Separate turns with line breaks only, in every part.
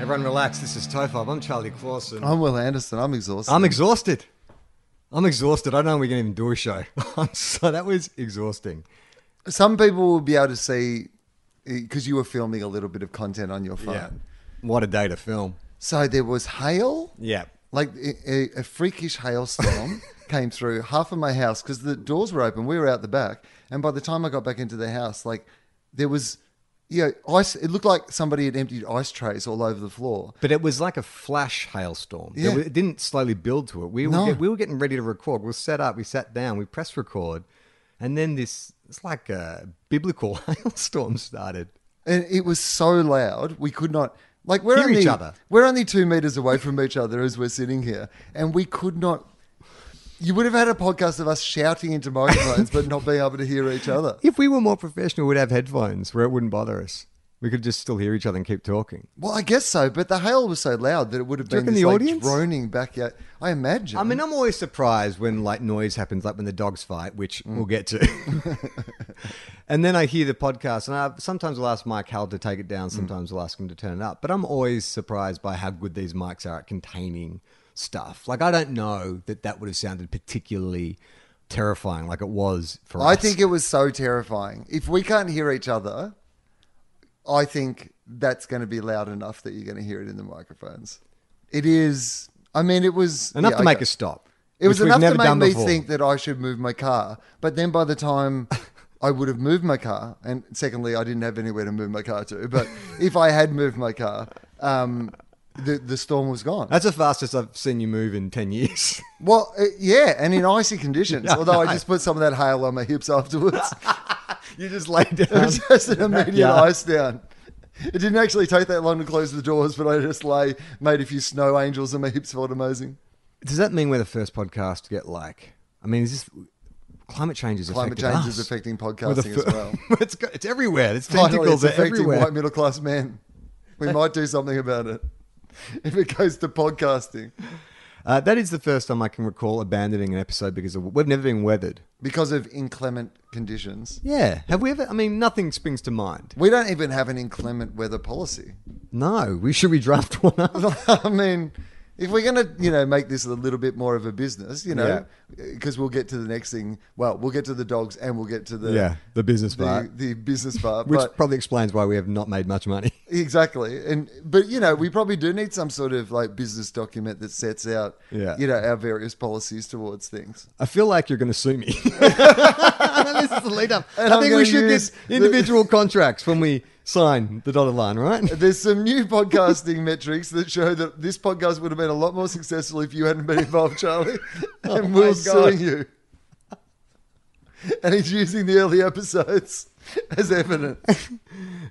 Everyone relax. This is Tofab. I'm Charlie Clausen.
I'm Will Anderson. I'm exhausted.
I'm exhausted. I'm exhausted. I don't know we can even do a show. I'm so that was exhausting.
Some people will be able to see because you were filming a little bit of content on your phone.
What a day to film.
So there was hail,
Yeah.
like a, a- a freakish hailstorm came through half of my house because the doors were open. We were out the back, and by the time I got back into the house, like there was, you know, ice. It looked like somebody had emptied ice trays all over the floor.
But it was like a flash hailstorm. There
Yeah.
was- It didn't slowly build to it. We were,
No.
get- we were getting ready to record. We were set up. We sat down. We pressed record. And then this, it's like a biblical hailstorm started.
and it was so loud we could not like we're
Hear
only
each other.
we're only two meters away from each other as we're sitting here, and we could not. You would have had a podcast of us shouting into microphones, but not being able to hear each other.
If we were more professional, we'd have headphones where it wouldn't bother us. We could just still hear each other and keep talking.
Well, I guess so, but the hail was so loud that it would have
Do you reckon
been this,
the
like,
audience?
droning back. Yet I imagine.
I mean, I'm always surprised when like noise happens, like when the dogs fight, which
Mm.
we'll get to. and then I hear the podcast, and I sometimes will ask Mike Howell to take it
Mm.
down, sometimes I'll ask him to turn it up. But I'm always surprised by how good these mics are at containing stuff. Like I don't know that that would have sounded particularly terrifying, like it was for
I
us.
think it was so terrifying. If we can't hear each other, I think that's going to be loud enough that you're going to hear it in the microphones. It is. I mean, it was
enough
yeah,
to make
okay.
us stop.
It was
which we've
enough
never
to make
done
me
before.
think that I should move my car. But then by the time I would have moved my car, and secondly, I didn't have anywhere to move my car to. But if I had moved my car, um, the the storm was gone.
That's the fastest I've seen you move in ten years.
well, uh, yeah, and in icy conditions.
Yeah, I
although I
know.
just put some of that hail on my hips afterwards.
you just lay
it
down.
was just an immediate
Yeah.
ice down. It didn't actually take that long to close the doors, but I just lay, made a few snow angels, and my hips felt amazing.
Does that mean we're the first podcast to get like? I mean, is this climate change is
Climate
affected
change
us.
is affecting
We're the
podcasting
fir-
as well.
it's go- it's everywhere. It's
Finally,
tentacles
it's
are
affecting
everywhere.
white middle class men. We might do something about it if it goes to podcasting
Uh, that is the first time I can recall abandoning an episode because of, we've never been weathered.
because of inclement conditions.
Yeah, have we ever? I mean, nothing springs to mind.
We don't even have an inclement weather policy.
No, we should we draft one up?
I mean, if we're going to, you know, make this a little bit more of a business, you know, because we'll get to the next thing. Well, we'll get to the dogs and we'll get to the
Yeah, the business
the,
part.
the business part,
Which
but
probably explains why we have not made much money.
Exactly, and but you know we probably do need some sort of like business document that sets out,
Yeah.
you know, our various policies towards things.
I feel like you're going to sue me. this is the lead up.
And
I
I'm
think we
gonna
should
use
get
the-
individual contracts when we sign the dotted line, right?
There's some new podcasting metrics that show that this podcast would have been a lot more successful if you hadn't been involved, Charlie. And
Oh my
Will's suing
God.
you. And he's using the early episodes as evidence.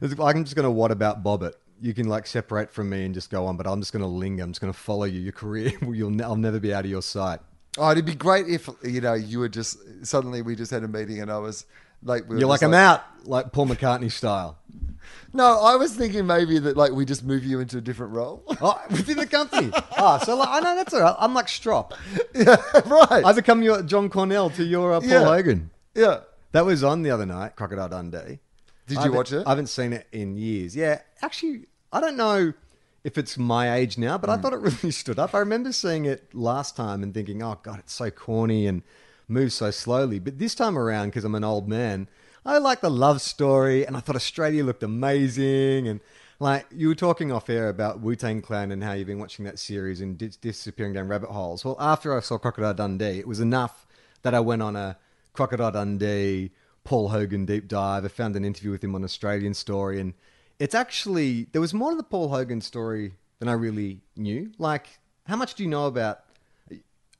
It's like, I'm just going to what about Bobbit. You can like separate from me and just go on, but I'm just going to linger. I'm just going to follow you. Your career, you'll ne- I'll never be out of your sight.
Oh, it'd be great if you know you were just suddenly we just had a meeting and I was like, we were
You're like,
just
I'm out, like Paul McCartney style.
No, I was thinking maybe that like we just move you into a different role.
Oh, within the company. Ah, so like, I know that's all right. I'm like Strop.
right?
I become your John Cornell to your uh, Paul
Yeah.
Hogan.
yeah.
That was on the other night, Crocodile Dundee.
Did
I
you
haven't-
watch it?
I haven't seen it in years. Yeah, actually, I don't know if it's my age now, but I
Hmm.
thought it really stood up. I remember seeing it last time and thinking, oh, God, it's so corny and moves so slowly. But this time around, because I'm an old man, I like the love story and I thought Australia looked amazing. And Like you were talking off air about Wu Tang Clan and how you've been watching that series and dis- disappearing down rabbit holes. Well, after I saw Crocodile Dundee, it was enough that I went on a Crocodile Dundee, Paul Hogan deep dive. I found an interview with him on Australian Story, and it's actually there was more to the Paul Hogan story than I really knew. Like, how much do you know about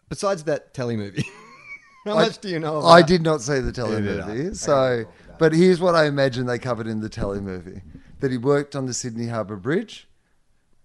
besides that telemovie? how much do you know? About?
I did not see the
did I.
telemovie.
Okay,
So, but here's what I imagine they covered in the telemovie that he worked on the Sydney Harbour Bridge,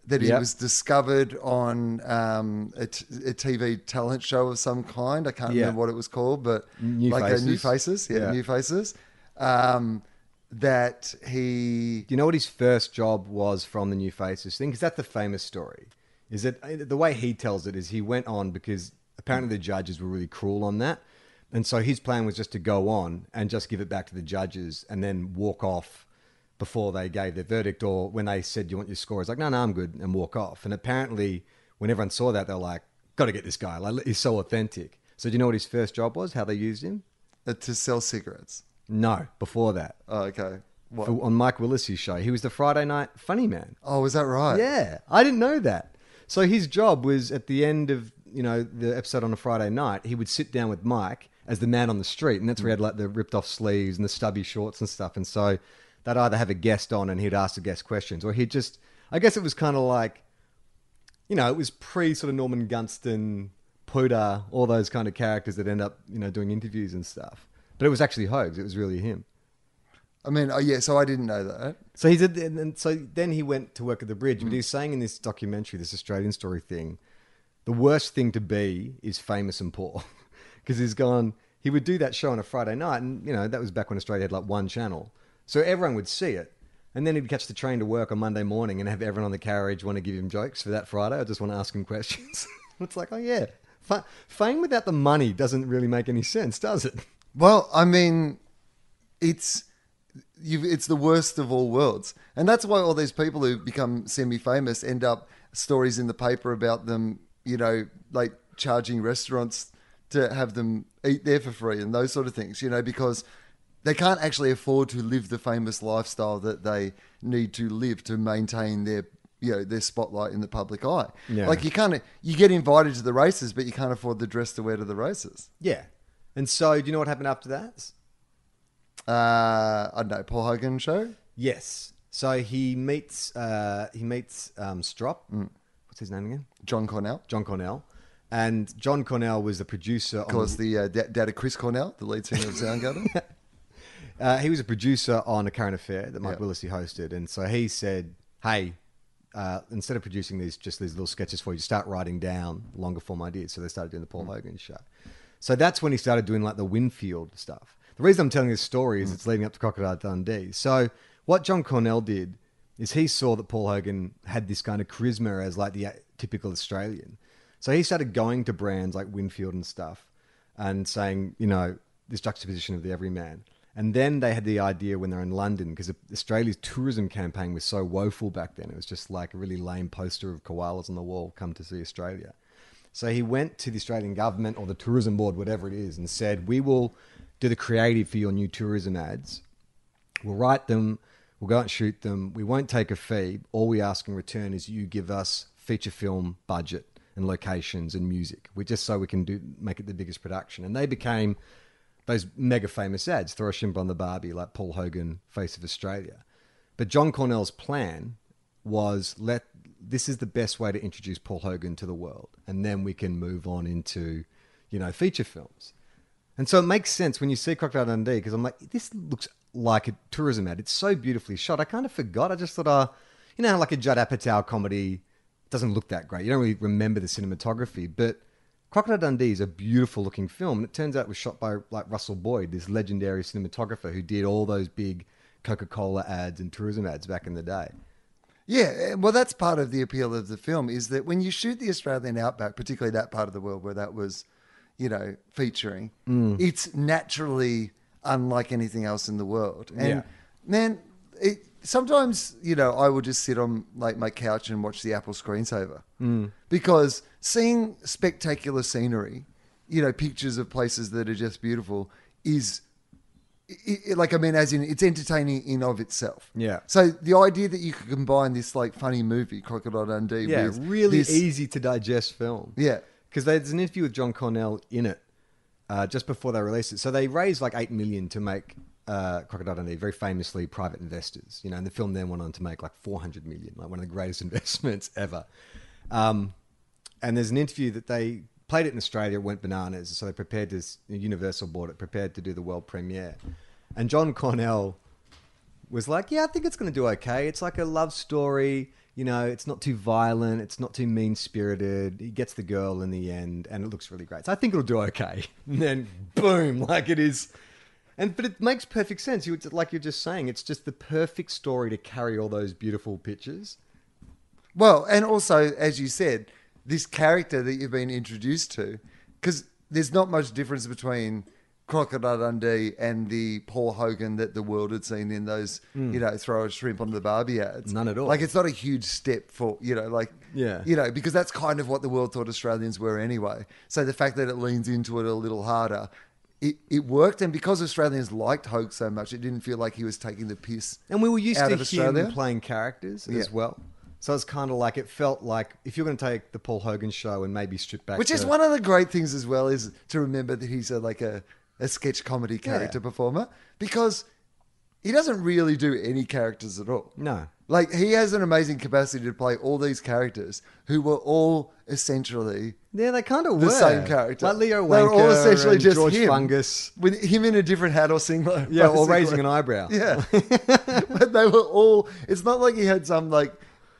that he
Yep.
was discovered on um, a, t- a TV talent show of some kind. I can't
Yeah.
remember what it was called, but
New
like
Faces?
a New Faces. Yeah,
Yeah.
New Faces. Um, that he.
Do you know what his first job was from the New Faces thing? Because that's the famous story. Is that the way he tells it is he went on because apparently the judges were really cruel on that. And so his plan was just to go on and just give it back to the judges and then walk off before they gave their verdict or when they said, you want your score? He's like, no, no, I'm good and walk off. And apparently when everyone saw that, they're like, got to get this guy. Like, he's so authentic. So do you know what his first job was? How they used him?
uh, to sell cigarettes.
No, before that.
Oh, okay. What?
For- on Mike Willis's show, he was the Friday night funny man.
oh, was that right?
Yeah, I didn't know that. So his job was at the end of you know the episode on a Friday night, he would sit down with Mike as the man on the street, and that's where he had like the ripped off sleeves and the stubby shorts and stuff. And so they'd either have a guest on and he'd ask the guest questions, or he'd just I guess it was kind of like you know it was pre sort of Norman Gunston, Poda, all those kind of characters that end up you know doing interviews and stuff. But it was actually Hogs. It was really him.
I mean, oh, yeah. So I didn't know that.
So he did, and, and so then he went to work at the bridge. But he's saying in this documentary, this Australian story thing, the worst thing to be is famous and poor, because he's gone. He would do that show on a Friday night, and you know that was back when Australia had like one channel, so everyone would see it. And then he'd catch the train to work on Monday morning and have everyone on the carriage want to give him jokes for that Friday. I just want to ask him questions. it's like, oh yeah, fa- fame without the money doesn't really make any sense, does it?
Well, I mean, it's you've, it's the worst of all worlds, and that's why all these people who become semi-famous end up stories in the paper about them. You know, like charging restaurants to have them eat there for free and those sort of things. You know, because they can't actually afford to live the famous lifestyle that they need to live to maintain their you know their spotlight in the public eye.
Yeah.
Like you can't you get invited to the races, but you can't afford the dress to wear to the races.
Yeah. And so, do you know what happened after that?
Uh, I don't know Paul Hogan show.
Yes. So he meets uh, he meets um, Strop.
Mm.
What's his name again?
John Cornell.
John Cornell. And John Cornell was the producer.
Of course,
On,
the uh, da- dad of Chris Cornell, the lead singer of Soundgarden.
uh, he was a producer on a current affair that Mike
Yeah.
Willis hosted, and so he said, "Hey, uh, instead of producing these just these little sketches for you, start writing down longer form ideas." So they started doing the Paul Hogan show. So that's when he started doing like the Winfield stuff. The reason I'm telling this story is it's leading up to Crocodile Dundee. So what John Cornell did is he saw that Paul Hogan had this kind of charisma as like the uh, typical Australian. So he started going to brands like Winfield and stuff and saying, you know, this juxtaposition of the everyman. And then they had the idea when they're in London because Australia's tourism campaign was so woeful back then. It was just like a really lame poster of koalas on the wall, come to see Australia. So he went to the Australian government or the tourism board, whatever it is, and said, we will do the creative for your new tourism ads. We'll write them. We'll go out and shoot them. We won't take a fee. All we ask in return is you give us feature film budget and locations and music. We just so we can do make it the biggest production. And they became those mega famous ads, throw a shimp on the Barbie, like Paul Hogan, Face of Australia. But John Cornell's plan was let this is the best way to introduce Paul Hogan to the world, and then we can move on into, you know, feature films. And so it makes sense when you see Crocodile Dundee because I'm like, this looks like a tourism ad. It's so beautifully shot. I kind of forgot. I just thought, uh, you know, how like a Judd Apatow comedy doesn't look that great. You don't really remember the cinematography, but Crocodile Dundee is a beautiful looking film. And it turns out it was shot by like Russell Boyd, this legendary cinematographer who did all those big Coca Cola ads and tourism ads back in the day.
yeah, eh, well, that's part of the appeal of the film is that when you shoot the Australian outback, particularly that part of the world where that was, you know, featuring, it's naturally unlike anything else in the world. And
Yeah.
man, it, sometimes you know I will just sit on like my couch and watch the Apple screensaver because seeing spectacular scenery, you know, pictures of places that are just beautiful is it, it- like I mean, as in it's entertaining in of itself.
Yeah.
So the idea that you could combine this like funny movie Crocodile Dundee
Yeah,
with
really
this,
easy to digest film.
Yeah.
because there's an interview with John Cornell in it uh, just before they released it. So they raised like eight million to make uh, Crocodile Dundee, very famously private investors. You know, and the film then went on to make like four hundred million, like one of the greatest investments ever. Um, and there's an interview that they played it in Australia, it went bananas. So they prepared this Universal bought it, prepared to do the world premiere, and John Cornell was like, yeah, I think it's going to do okay. It's like a love story. You know, it's not too violent. It's not too mean spirited. He gets the girl in the end, and it looks really great. So I think it'll do okay. And then boom, like it is. And but it makes perfect sense. You would- like you're just saying, it's just the perfect story to carry all those beautiful pictures.
Well, and also as you said, this character that you've been introduced to, because there's not much difference between Crocodile Dundee and the Paul Hogan that the world had seen in those, you know, throw a shrimp on the Barbie ads.
Hmm. None at all.
Like it's not a huge step for you know, like
Yeah.
you know, because that's kind of what the world thought Australians were anyway. So the fact that it leans into it a little harder. It, it worked, and because Australians liked Hogue so much, it didn't feel like he was taking the piss.
And we were used
out
to
of
him
Australia.
playing characters
Yeah.
as well. So it's kind of like it felt like if you're going to take the Paul Hogan show and maybe strip back,
Which is
the-
one of the great things as well is to remember that he's a, like a, a sketch comedy character performer because he doesn't really do any characters at all.
No.
Like he has an amazing capacity to play all these characters who were all essentially
Yeah, they kind of
the
were
same character.
Like Leo Wanker,
they were all essentially
and
just
George
him,
Fungus.
with him in a different hat or singlet.
Yeah, or
basically.
raising an eyebrow.
Yeah, but they were all. It's not like he had some like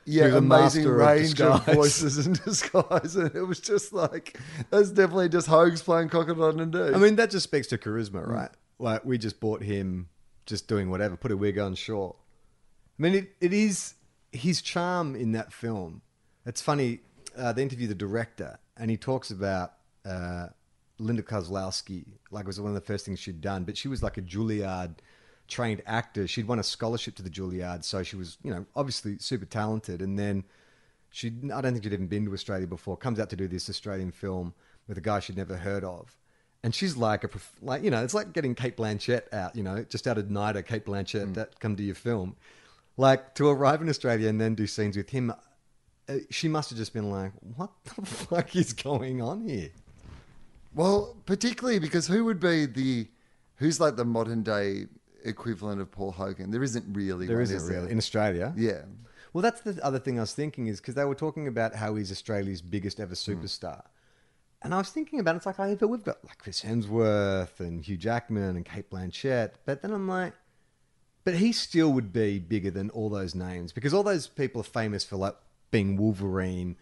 yeah
He was a
amazing
master of
range of,
disguise.
voices and disguise, and it was just like that's definitely just Hogue's playing crocodile Dundee.
I mean, that just speaks to charisma, right? Like, we just bought him just doing whatever, put a wig on, sure. I mean, it, it is his charm in that film. It's funny, uh, they interview the director, and he talks about uh, Linda Kozlowski, like, it was one of the first things she'd done, but she was like a Juilliard trained actor. She'd won a scholarship to the Juilliard, so she was, you know, obviously super talented. And then she, I don't think she'd even been to Australia before, comes out to do this Australian film with a guy she'd never heard of. And she's like a prof- like you know, it's like getting Kate Blanchett out, you know, just out of NIDA, Kate Blanchett that come to your film, like to arrive in Australia and then do scenes with him. uh, She must have just been like, "What the fuck is going on here?"
well, particularly because who would be the who's like the modern day equivalent of Paul Hogan? There isn't really.
There
one,
isn't
is
really in Australia.
Yeah.
Well, that's the other thing I was thinking is because they were talking about how he's Australia's biggest
Hmm.
ever superstar. And I was thinking about it, it's like, oh, but we've got like Chris Hemsworth and Hugh Jackman and Kate Blanchett. But then I'm like, but he still would be bigger than all those names because all those people are famous for like being Wolverine,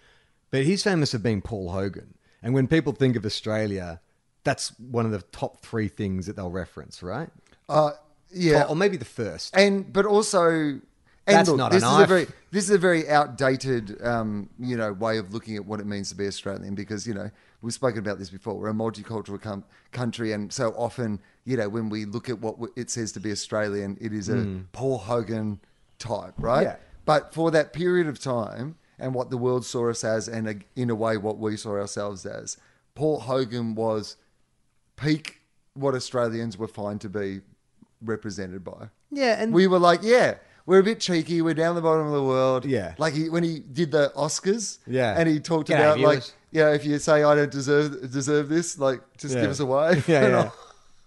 but he's famous for being Paul Hogan. And when people think of Australia, that's one of the top three things that they'll reference, right?
Uh, yeah.
Or, or maybe the first.
and but also and
That's
look,
not a
this is a
knife.
very this is a very outdated um, you know way of looking at what it means to be Australian because you know we've spoken about this before we're a multicultural com- country and so often you know when we look at what w- it says to be Australian it is a Paul Hogan type right
Hmm. Yeah.
but for that period of time and what the world saw us as and a, in a way what we saw ourselves as Paul Hogan was peak what Australians were fine to be represented by
yeah, and
we were like, yeah, we're a bit cheeky. We're down the bottom of the world.
Yeah.
Like he, when he did the Oscars.
Yeah.
And he talked
Get out
about
of
like,
viewers.
you know, if you say I don't deserve deserve this, like just
Yeah.
give us away.
Yeah,
And
yeah.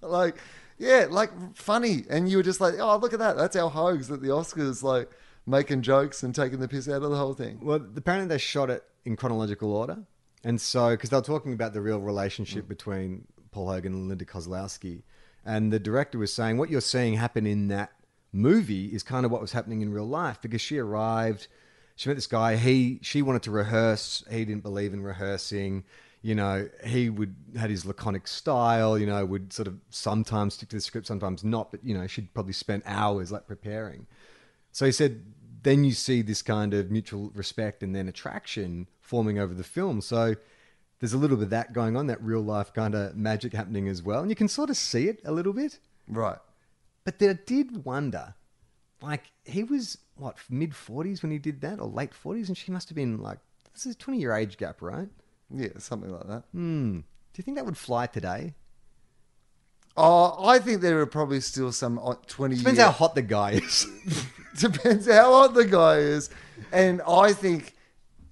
I- like, yeah, like funny. And you were just like, oh, look at that. That's our hoax at the Oscars, like making jokes and taking the piss out of the whole thing.
Well, apparently they shot it in chronological order. And so, because they were talking about the real relationship between Paul Hogan and Linda Kozlowski, and the director was saying what you're seeing happen in that movie is kind of what was happening in real life because she arrived, she met this guy, he she wanted to rehearse, he didn't believe in rehearsing. You know, he would had his laconic style. You know, would sort of sometimes stick to the script, sometimes not. But you know, she'd probably spent hours like preparing. So he said, then you see this kind of mutual respect and then attraction forming over the film. So there's a little bit of that going on, that real life kind of magic happening as well. And you can sort of see it a little bit.
Right.
But then I did wonder, like, he was, what, mid 40s when he did that, or late 40s? And she must have been like, this is a 20 year age gap, right?
Yeah, something like that. Mm.
Hmm. Do you think that would fly today?
Oh, I think there are probably still some uh, twenty.
Depends
year-
how hot the guy is.
depends how old the guy is. And I think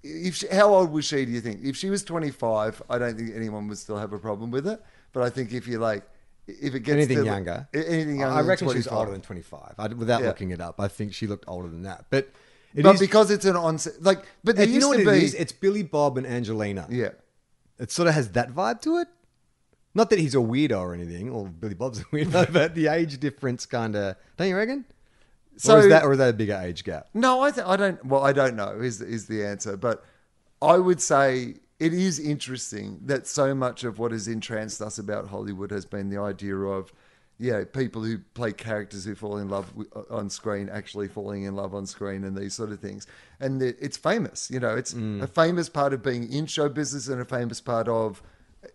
if she, how old was she? Do you think if she was twenty five, I don't think anyone would still have a problem with it. But I think if you like, if it gets
anything
to-
younger.
anything younger,
I reckon
than
she's
25.
older than 25. I, without
Yeah.
looking it up, I think she looked older than that. But it
but
is-
because it's an onset, like, but there
and you
used
know what
to
it
be,
is? It's Billy Bob and Angelina.
yeah.
It sort of has that vibe to it. Not that he's a weirdo or anything, or Billy Bob's a weirdo, but the age difference kind of, don't you reckon? or is that or is that a bigger age gap?
No, I th- I don't. Well, I don't know is is the answer, but I would say it is interesting that so much of what has entranced us about Hollywood has been the idea of, yeah, people who play characters who fall in love wi- on screen actually falling in love on screen and these sort of things, and the, it's famous. You know, it's
Mm.
a famous part of being in show business and a famous part of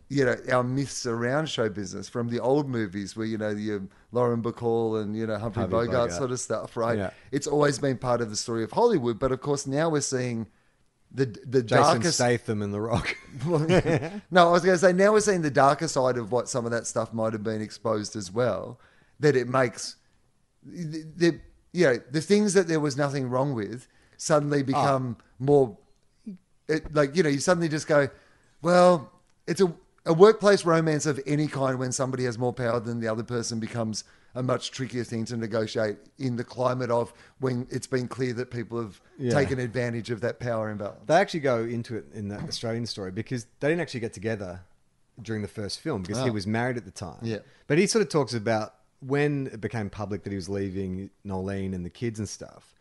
you know our myths around show business from the old movies where you know your Lauren Bacall and you know Humphrey
Harvey
Bogart,
Bogart.
sort of stuff, right?
Yeah.
It's always been part of the story of Hollywood, but of course now we're seeing the the
Jason
darkest.
Statham and The Rock.
no, I was going to say now we're seeing the darker side of what some of that stuff might have been exposed as well. That it makes the, the you know the things that there was nothing wrong with suddenly become more it, like you know you suddenly just go well it's a, a workplace romance of any kind when somebody has more power than the other person becomes a much trickier thing to negotiate in the climate of when it's been clear that people have
Yeah.
taken advantage of that power imbalance
they actually go into it in that Australian story because they didn't actually get together during the first film because he was married at the time.
Ah. Yeah.
But he sort of talks about when it became public that he was leaving Nolene and the kids and stuff.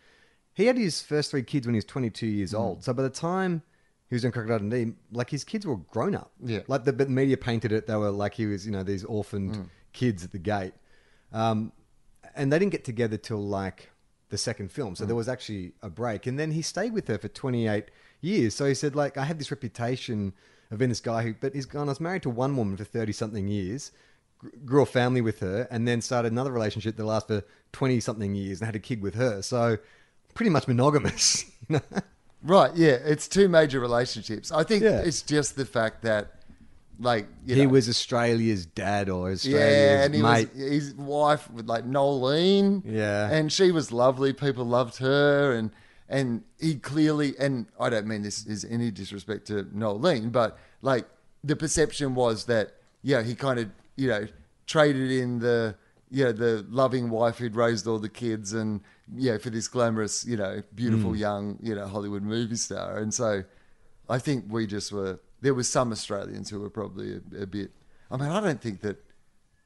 He had his first three kids when he was 22
Hmm.
years old. So by the time he was in Crocodile Dundee, like his kids were grown up.
Yeah.
Like the, but the media painted it, they were like he was, you know, these orphaned
Hmm.
kids at the gate. Um, and they didn't get together till like the second film. So there was actually a break. And then he stayed with her for 28 years. So he said, like, I have this reputation of being this guy who, but he's gone, I was married to one woman for 30 something years, gr- grew a family with her, and then started another relationship that lasted for 20 something years and had a kid with her. So pretty much monogamous. you know?
right yeah it's two major relationships I think
Yeah.
it's just the fact that like you
He
know,
was Australia's dad or Australia's
Yeah, and he
mate.
was his wife with like Nolene.
Yeah.
and she was lovely. People loved her, and and he clearly and I don't mean this is any disrespect to Nolene, but like the perception was that yeah he kind of you know traded in the you know the loving wife who'd raised all the kids and yeah for this glamorous you know
Mm.
beautiful young you know Hollywood movie star, and so I think we just were. There was some Australians who were probably a, a bit. I mean, I don't think that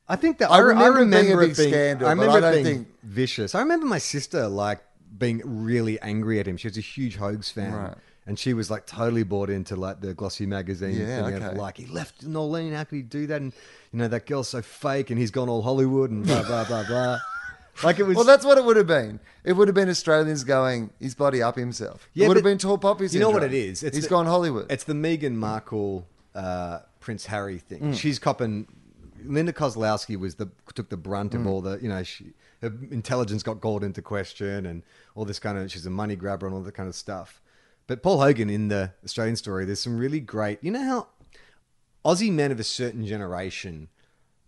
I think that
I
I, re-
remember
I
it being a
remember
big
it being,
scandal,
I
but
remember
I
it
don't
being
think-
vicious. I remember my sister like being really angry at him. She was a huge Hoags fan,
Right.
and she was like totally bought into like the glossy magazine
Yeah,
thing of
okay.
like he left Nolene. How could he do that? And you know that girl's so fake, and he's gone all Hollywood and blah blah blah blah. Like it was.
Well, that's what it would have been. It would have been Australians going, he's bloody up himself.
Yeah,
it would have
but
been tall poppy
You know
syndrome.
what it is?
It's
It's the-
gone Hollywood.
It's the Meghan Markle, uh, Prince Harry thing.
Mm.
She's copping. Linda Kozlowski was the took the brunt
Mm.
of all the you know she her intelligence got called into question and all this kind of she's a money grabber and all that kind of stuff. But Paul Hogan in the Australian story, there's some really great. You know how Aussie men of a certain generation,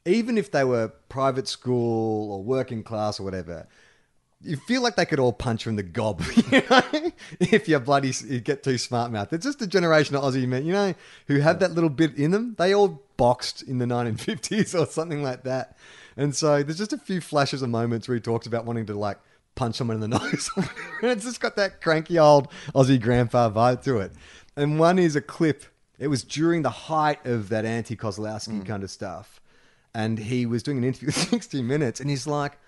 even if they were private school or working class or whatever, you feel like they could all punch you in the gob you know? if you're bloody you get too smart mouth. It's just a generation of Aussie men, you know, who have that little bit in them. They all boxed in the 1950s or something like that. And so there's just a few flashes of moments where he talks about wanting to like punch someone in the nose. and it's just got that cranky old Aussie grandpa vibe to it. And one is a clip. It was during the height of that anti Kozlowski kind of stuff and he was doing an interview with 60 Minutes, and he's like,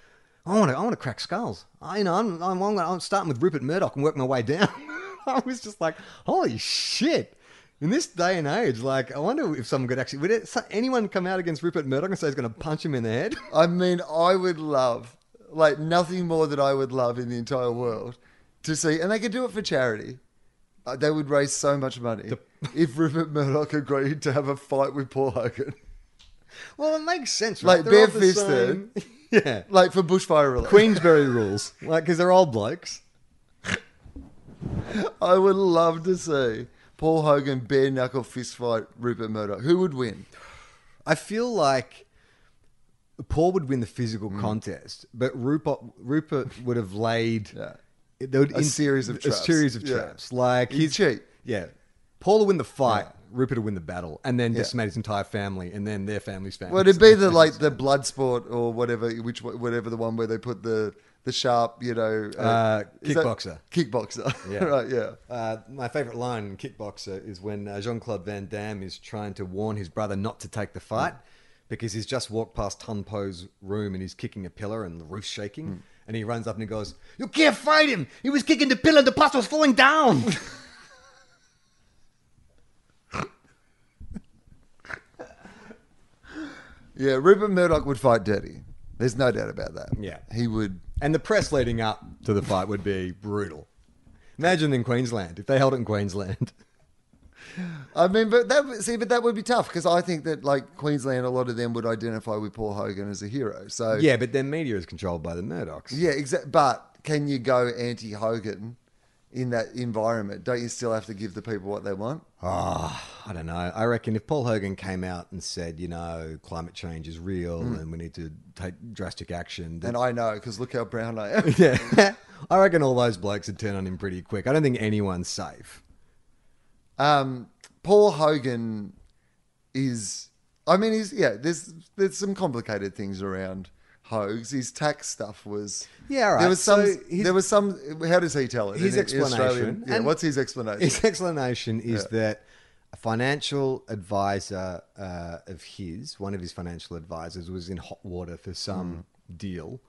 "I want to, I want to crack skulls. I, you know, I'm, I'm, I'm, gonna- I'm starting with Rupert Murdoch and work my way down." I was just like, "Holy shit!" In this day and age, like, I wonder if someone could actually would it, so- anyone come out against Rupert Murdoch and say he's going to punch him in the head?
I mean, I would love, like, nothing more than I would love in the entire world to see, and they could do it for charity. Uh, they would raise so much money if Rupert Murdoch agreed to have a fight with Paul Hogan,
Well, it makes sense, right?
Like
They're all the
bare-fisted.
same- yeah.
like for bushfire relief.
Queensberry rules, like, because they're old blokes.
I would love to see Paul Hogan bare knuckle fist fight Rupert Murdoch. Who would win?
I feel like Paul would win the physical
Mm.
contest, but Rupert Rupert would have laid
Yeah.
there would
A series of
a
traps.
series of
Yeah.
traps. Like
He'd cheat.
Yeah, Paul would win the fight. Rupert would win the battle, and then
Yeah.
decimate his entire family, and then their family's family.
Well, it'd be the like the blood sport or whatever, which whatever the one where they put the the sharp, you know,
Uh,
is that-
kickboxer.
kickboxer.
Yeah.
right. Yeah.
Uh, my favorite line in Kickboxer is when uh, Jean Claude Van Damme is trying to warn his brother not to take
Mm.
the fight because he's just walked past Tun Po's room and he's kicking a pillar and the roof's shaking.
Mm.
And he runs up and he goes, You can't fight him! He was kicking the pillar, the plaster was falling down!
Yeah. Rupert Murdoch would fight dirty. There's no doubt about that.
Yeah.
He would.
and the press leading up to the fight would be brutal. Imagine in Queensland, if they held it in Queensland.
I mean, but that would- see, but that would be tough because I think that like Queensland, a lot of them would identify with Paul Hogan as a hero. So
yeah, but their media is controlled by the Murdochs.
Yeah, exactly. But can you go anti Hogan in that environment? Don't you still have to give the people what they want?
I don't know. I reckon if Paul Hogan came out and said, you know, climate change is real and we need to take drastic action, then
And I know because look how brown I am.
yeah, I reckon all those blokes would turn on him pretty quick. I don't think anyone's safe.
Um, Paul Hogan is, I mean, he's yeah. There's there's some complicated things around Hogs. His tax stuff was
Yeah, all right.
There was some.
So his-
there was some. How does he tell it?
His
In- in Australian-
explanation-
Yeah,
and-
what's his explanation?
His explanation is that a financial advisor uh, of his, one of his financial advisors, was in hot water for some deal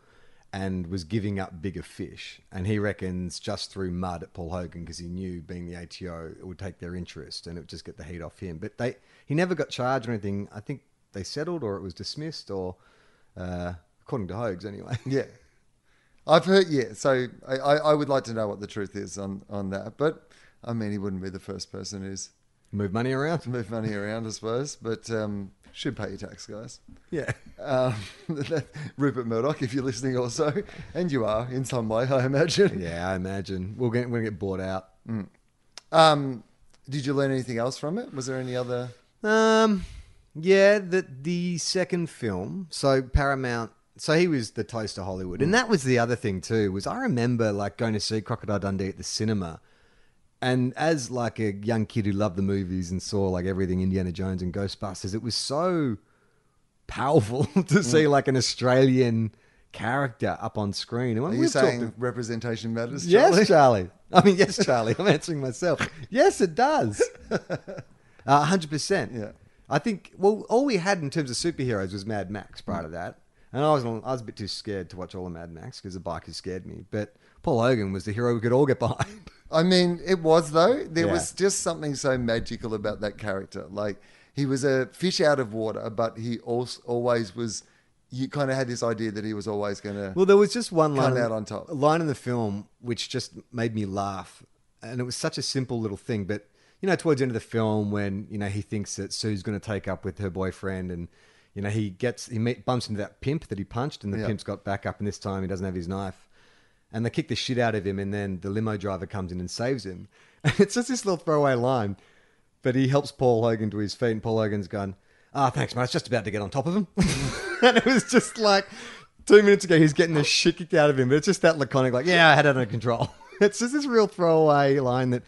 and was giving up bigger fish. And he reckons just threw mud at Paul Hogan because he knew being the ATO, it would take their interest and it would just get the heat off him. But they he never got charged or anything. I think they settled or it was dismissed or, uh, according to Hogs anyway.
Yeah. I've heard, yeah. So I, I, I would like to know what the truth is on, on that. But I mean, he wouldn't be the first person who's
Move money around.
moved money around, I suppose. But um, should pay your tax, guys.
Yeah.
Um, Rupert Murdoch, if you're listening also, and you are in some way, I imagine.
Yeah, I imagine. We'll get, we're going to get bought out.
Um, did you learn anything else from it? Was there any other.
Um, yeah, that the second film. So Paramount. So he was the toast to Hollywood,
Mm.
and that was the other thing too. Was I remember like going to see Crocodile Dundee at the cinema, and as like a young kid who loved the movies and saw like everything Indiana Jones and Ghostbusters, it was so powerful
Mm.
to see like an Australian character up on screen. And when
Are you
we've talked
saying representation matters? Charlie?
Yes, Charlie. I mean, yes, Charlie. I'm answering myself. Yes, it does. A hundred percent.
Yeah.
I think. Well, all we had in terms of superheroes was Mad Max prior to that, and I was I was a bit too scared to watch all of Mad Max because the bikers scared me. But Paul Hogan was the hero we could all get behind.
I mean, it was though. There
Yeah.
was just something so magical about that character. Like he was a fish out of water, but he also always was. You kind of had this idea that he was always going to.
Well, there was just one
Come
line
out on top.
a line in the film which just made me laugh, and it was such a simple little thing. But you know, towards the end of the film, when you know he thinks that Sue's going to take up with her boyfriend, and you know he gets he meet, bumps into that pimp that he punched, and the
Yeah.
pimp's got back up, and this time he doesn't have his knife, and they kick the shit out of him, and then the limo driver comes in and saves him. And it's just this little throwaway line, but he helps Paul Hogan to his feet, and Paul Hogan's gone. Ah, thanks, mate. I was just about to get on top of him. and it was just like two minutes ago, he's getting the shit kicked out of him. But it's just that laconic, like, yeah, I had it under control. It's just this real throwaway line that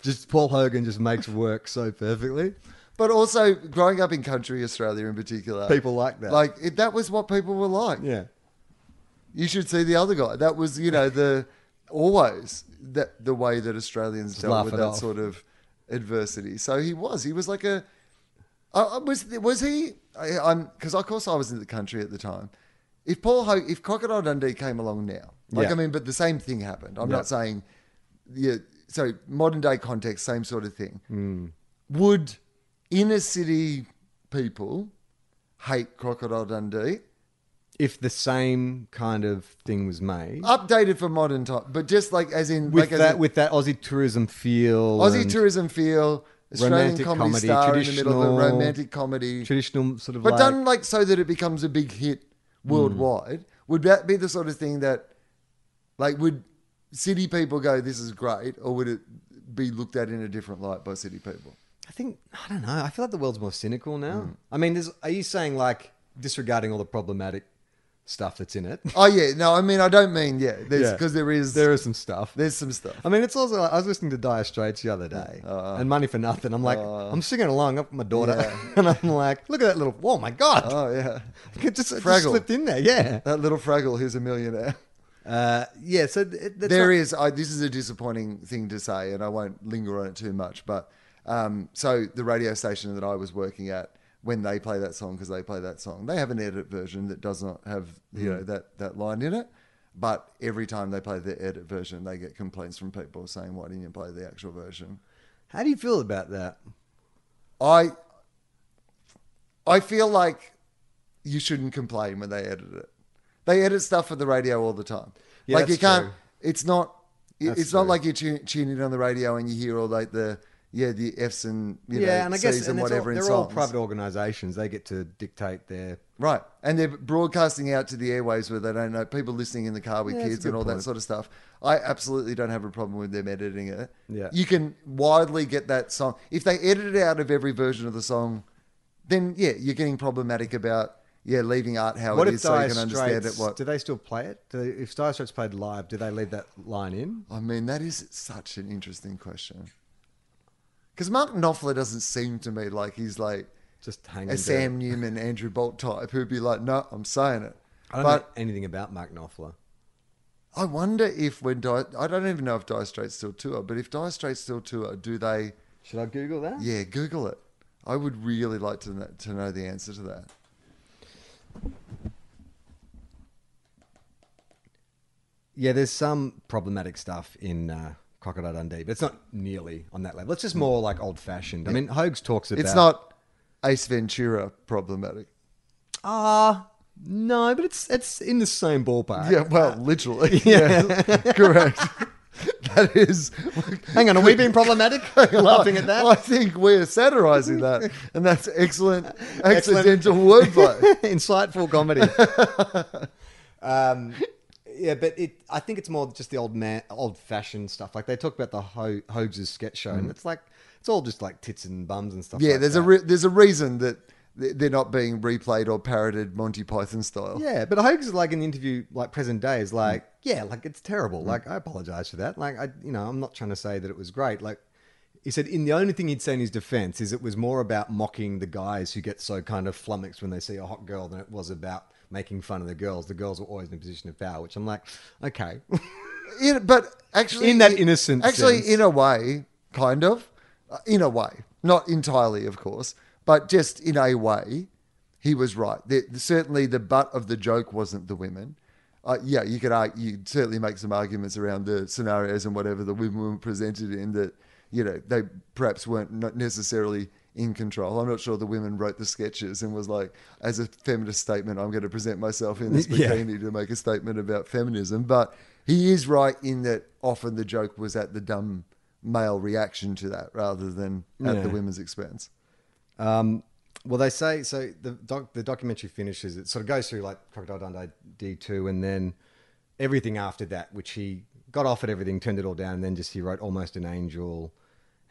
just Paul Hogan just makes work so perfectly.
but also, growing up in country Australia in particular,
People like that.
Like it, that was what people were like.
Yeah.
You should see the other guy. That was, you know, the always that the way that Australians dealt
laugh
with
it
that
off.
sort of adversity. So he was. He was like a. I- I was was he? I, I'm because of course I was in the country at the time. If Paul Ho, if Crocodile Dundee came along now, like
Yeah.
I mean, but the same thing happened. I'm
Yeah.
not saying, yeah. So modern day context, same sort of thing.
Hmm.
Would inner city people hate Crocodile Dundee?
If the same kind of thing was made
updated for modern time, but just like as in
with
Oh, like as
that
in
with that Aussie tourism feel,
Aussie
and
tourism feel, Australian
Romantic
comedy,
comedy,
star in the middle of a
traditional-
romantic comedy,
traditional sort of
but
like,
done like so that it becomes a big hit
Hmm.
worldwide. Would that be the sort of thing that, like, would city people go, "This is great," or would it be looked at in a different light by city people? Hmm.
I think I don't know. I feel like the world's more cynical now. I mean, there's, are you saying like disregarding all the problematic stuff that's in it.
Oh yeah, no, I mean I don't mean yeah, there's
Yeah.
because there is
There is some stuff.
there's some stuff.
I mean, it's also. I was listening to Dire Straits the other day,
Uh,
and Money for Nothing. I'm like, I'm singing along up with my daughter, and I'm like, look at that little. Oh my god!
Oh yeah,
it just, it just
Fraggle.
slipped in there. Yeah,
that little Fraggle who's a millionaire.
uh, yeah. So it, that's
There
not-
is. I, this is a disappointing thing to say, and I won't linger on it too much. But um, so the radio station that I was working at, when they play that song, because they play that song, they have an edit version that does not have you
Mm.
know that that line in it. But every time they play the edit version, they get complaints from people saying, "Why didn't you play the actual version?"
How do you feel about that?
I I feel like you shouldn't complain when they edit it. They edit stuff for the radio all the time.
Yeah,
like you
that's
can't.
true.
It's not. it-
That's
it's
true.
not like you tune, tune in on the radio and you hear all like the yeah the Fs and you
yeah,
know
and I
Cs
guess and
and
it's all-
whatever in
they're all
songs.
private organisations. They get to dictate their.
Right. And they're broadcasting out to the airways where they don't know people listening in the car with
Yeah, that's
kids
a
and
good
all that
point.
sort of stuff. I absolutely don't have a problem with them editing it.
Yeah.
You can widely get that song. If they edit it out of every version of the song, then yeah, you're getting problematic about yeah, leaving art how
What
it
if
is so
Dire
you can understand it
Straits?
what
Do they still play it? Do they, if Dire Straits played live, do they leave that line in?
I mean, that is such an interesting question. Cause Mark Knopfler doesn't seem to me like he's like
Just hang.
a
and do it.
Sam Newman, Andrew Bolt type who'd be like, No, I'm saying it.
I don't
but
know anything about Mark Knopfler.
I wonder if when Di- I don't even know if Dire Straits still tour, but if Dire Straits still tour, do they?
Should I Google that?
Yeah, Google it. I would really like to know, to know the answer to that.
Yeah, there's some problematic stuff in uh, Crocodile Dundee, but it's not nearly on that level. It's just more like old fashioned. I mean, Hoax talks about.
It's not Ace Ventura problematic.
Ah, no, but it's it's in the same ballpark.
Yeah, well, literally. Yeah, correct. that is.
Hang on, are we being problematic? laughing at
I
that?
think we're satirising that, and that's excellent
Excellent.
accidental wordplay.
Insightful comedy. um, yeah, but it. I think it's more just the old man, old fashioned stuff. Like they talk about the Ho- Hoax's sketch show, and it's like it's all just like tits and bums and stuff.
Mm. Yeah,
like
there's
that.
a re- there's a reason that th- they're not being replayed or parodied Monty Python style.
Yeah, but Hoax is like an interview, like present day is like, yeah, like it's terrible. Like I apologize for that. Like I, you know, I'm not trying to say that it was great. Like he said, in the only thing he'd say in his defense is it was more about mocking the guys who get so kind of flummoxed when they see a hot girl than it was about making fun of the girls. The girls were always in a position of power, which I'm like, okay,
In, but actually,
In that innocent
actually,
sense.
in a way, kind of, Uh, in a way, not entirely, of course, but just in a way, he was right. The, certainly, the butt of the joke wasn't the women. Uh, yeah, you could argue, you certainly make some arguments around the scenarios and whatever the women were presented in that, you know, they perhaps weren't not necessarily in control. I'm not sure the women wrote the sketches and was like, as a feminist statement, I'm going to present myself in this
Yeah.
bikini to make a statement about feminism, but he is right in that often the joke was at the dumb male reaction to that rather than at
Yeah.
the women's expense.
Well, they say so. The doc, the documentary finishes. It sort of goes through like Crocodile Dundee D two, and then everything after that, which he got off at everything, turned it all down, and then just he wrote almost an angel,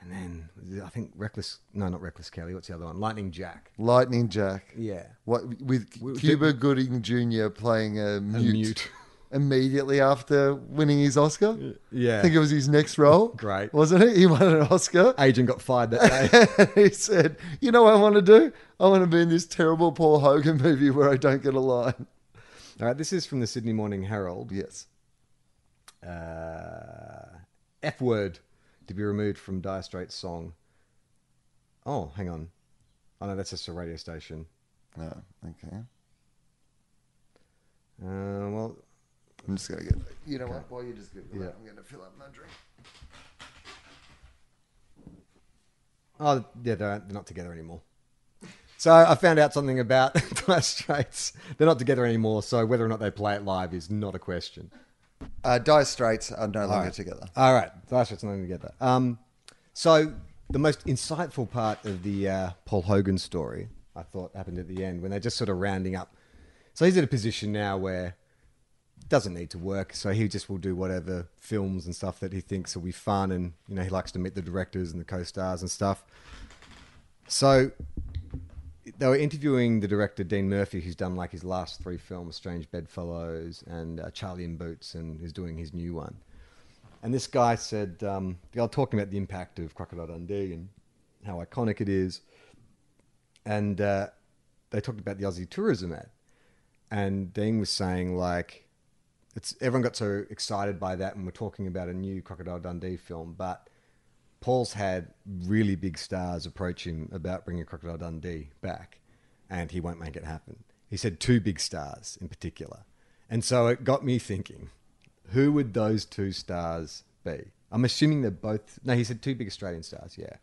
and then I think Reckless. No, not Reckless Kelly. What's the other one? Lightning Jack.
Lightning Jack.
Yeah.
What with
We-
Cuba Gooding Jr. playing a mute,
mute.
immediately after winning his Oscar.
yeah.
I think it was his next role.
Great. eh?
wasn't it? He won an Oscar.
Agent got fired that day.
and he said, "You know what I want to do? I want to be in this terrible Paul Hogan movie where I don't get a line."
all right, this is from the Sydney Morning Herald.
Yes.
uh, F word to be removed from Dire Straits song. Oh, hang on. Oh no, that's just a radio station.
No. Ah, Okay.
Uh, well,
I'm just gonna get. You know what? While you just give me
Yeah.
that, I'm gonna fill up my drink.
oh yeah, they're, they're not together anymore. So I found out something about Dire Straits. They're not together anymore. So whether or not they play it live is not a question.
Uh, Dire Straits are no longer
right.
together.
All right, Dire Straits are not together. Um, so the most insightful part of the uh, Paul Hogan story, I thought, happened at the end when they're just sort of rounding up. So he's in a position now where doesn't need to work, so he just will do whatever films and stuff that he thinks will be fun, and you know he likes to meet the directors and the co-stars and stuff. So they were interviewing the director Dean Murphy, who's done like his last three films, Strange Bedfellows and uh, Charlie in Boots, and is doing his new one. And this guy said, um, they were talking about the impact of Crocodile Dundee and how iconic it is, and uh, they talked about the Aussie tourism ad, and Dean was saying like, it's everyone got so excited by that, and we're talking about a new Crocodile Dundee film, but Paul's had really big stars approach him about bringing Crocodile Dundee back, and he won't make it happen. He said two big stars in particular. And so it got me thinking who would those two stars be? I'm assuming they're both. No, he said two big Australian stars, yeah.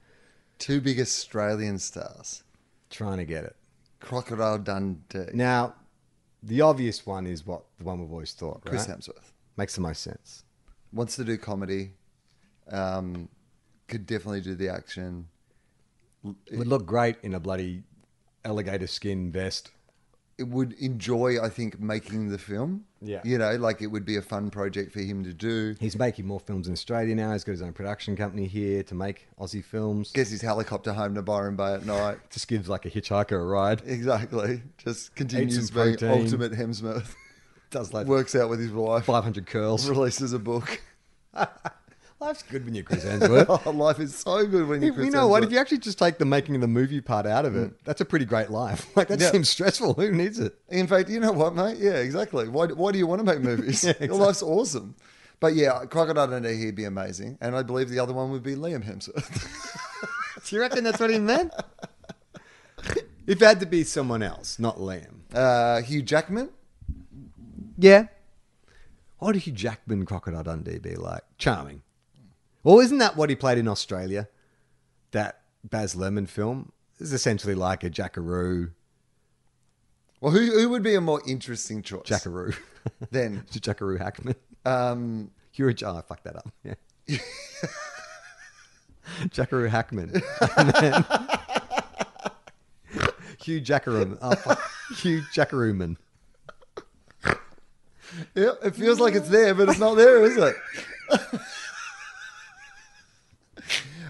Two big Australian stars,
Trying to get it.
Crocodile Dundee,
Now, the obvious one is what the one we've always thought, right?
Chris Hemsworth.
Makes the most sense.
Wants to do comedy, um, could definitely do the action.
It would look great in a bloody alligator skin vest.
It would enjoy, I think, making the film.
Yeah.
you know, like it would be a fun project for him to do.
He's making more films in Australia now. He's got his own production company here to make Aussie films.
Gets his helicopter home to Byron Bay at night.
just gives like a hitchhiker a ride.
Exactly. Just continues
some
being
protein.
ultimate Hemsworth.
Does like
Works out with his wife.
500 curls.
Releases a book.
Life's good when you're Chris Hemsworth.
Oh, life is so good when you're
If-
Chris
you know what?
Hemsworth. Mm.
If you actually just take the making of the movie part out of it, that's a pretty great life. Like that
Yeah.
seems stressful. Who needs it?
In fact, you know what, mate? Yeah, exactly. Why, why do you want to make movies? Your life's awesome. But yeah, Crocodile Dundee, he'd be amazing. And I believe the other one would be Liam Hemsworth.
Do you reckon that's what he meant? if it had to be someone else, not Liam.
Uh, Hugh Jackman?
Yeah. What did Hugh Jackman Crocodile Dundee be like? Charming. Well, isn't that what he played in Australia? That Baz Luhrmann film is essentially like a Jackaroo.
Well, who, who would be a more interesting choice?
Jackaroo.
Then,
It's a Jackaroo Hackman.
um,
Hugh Jack- oh, I fucked that up. Yeah. Jackaroo Hackman. And then- Hugh Jackaroo. Oh, fuck. Hugh Jackarooman.
yeah, it feels like it's there, but it's not there, is it?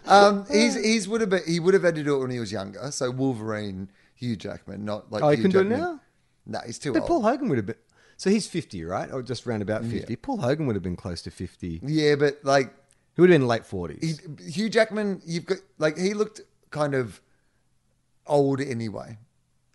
um, he's, he's would have been, he would have had to do it when he was younger. So Wolverine, Hugh Jackman, not like
Oh, he
Hugh
can do it
Jackman.
now?
No, he's too
But
old.
Paul Hogan would have been. So he's 50, right? Or just round about 50. Paul Hogan would have been close to 50.
yeah, but like
He would have been late 40s.
he, Hugh Jackman, you've got like he looked kind of old anyway.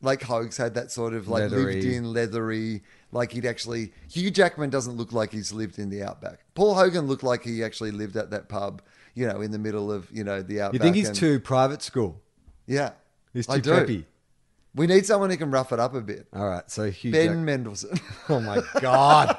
Like Hogs had that sort of like
Leathery.
lived in leathery, like he'd actually Hugh Jackman doesn't look like he's lived in the outback. Paul Hogan looked like he actually lived at that pub, you know, in the middle of you know the outback.
you think he's
and-
too private school?
Yeah,
He's too
I do.
preppy.
We need someone who can rough it up a bit.
All right. So Hugh
Ben
Jack-
Mendelsohn.
Oh my God.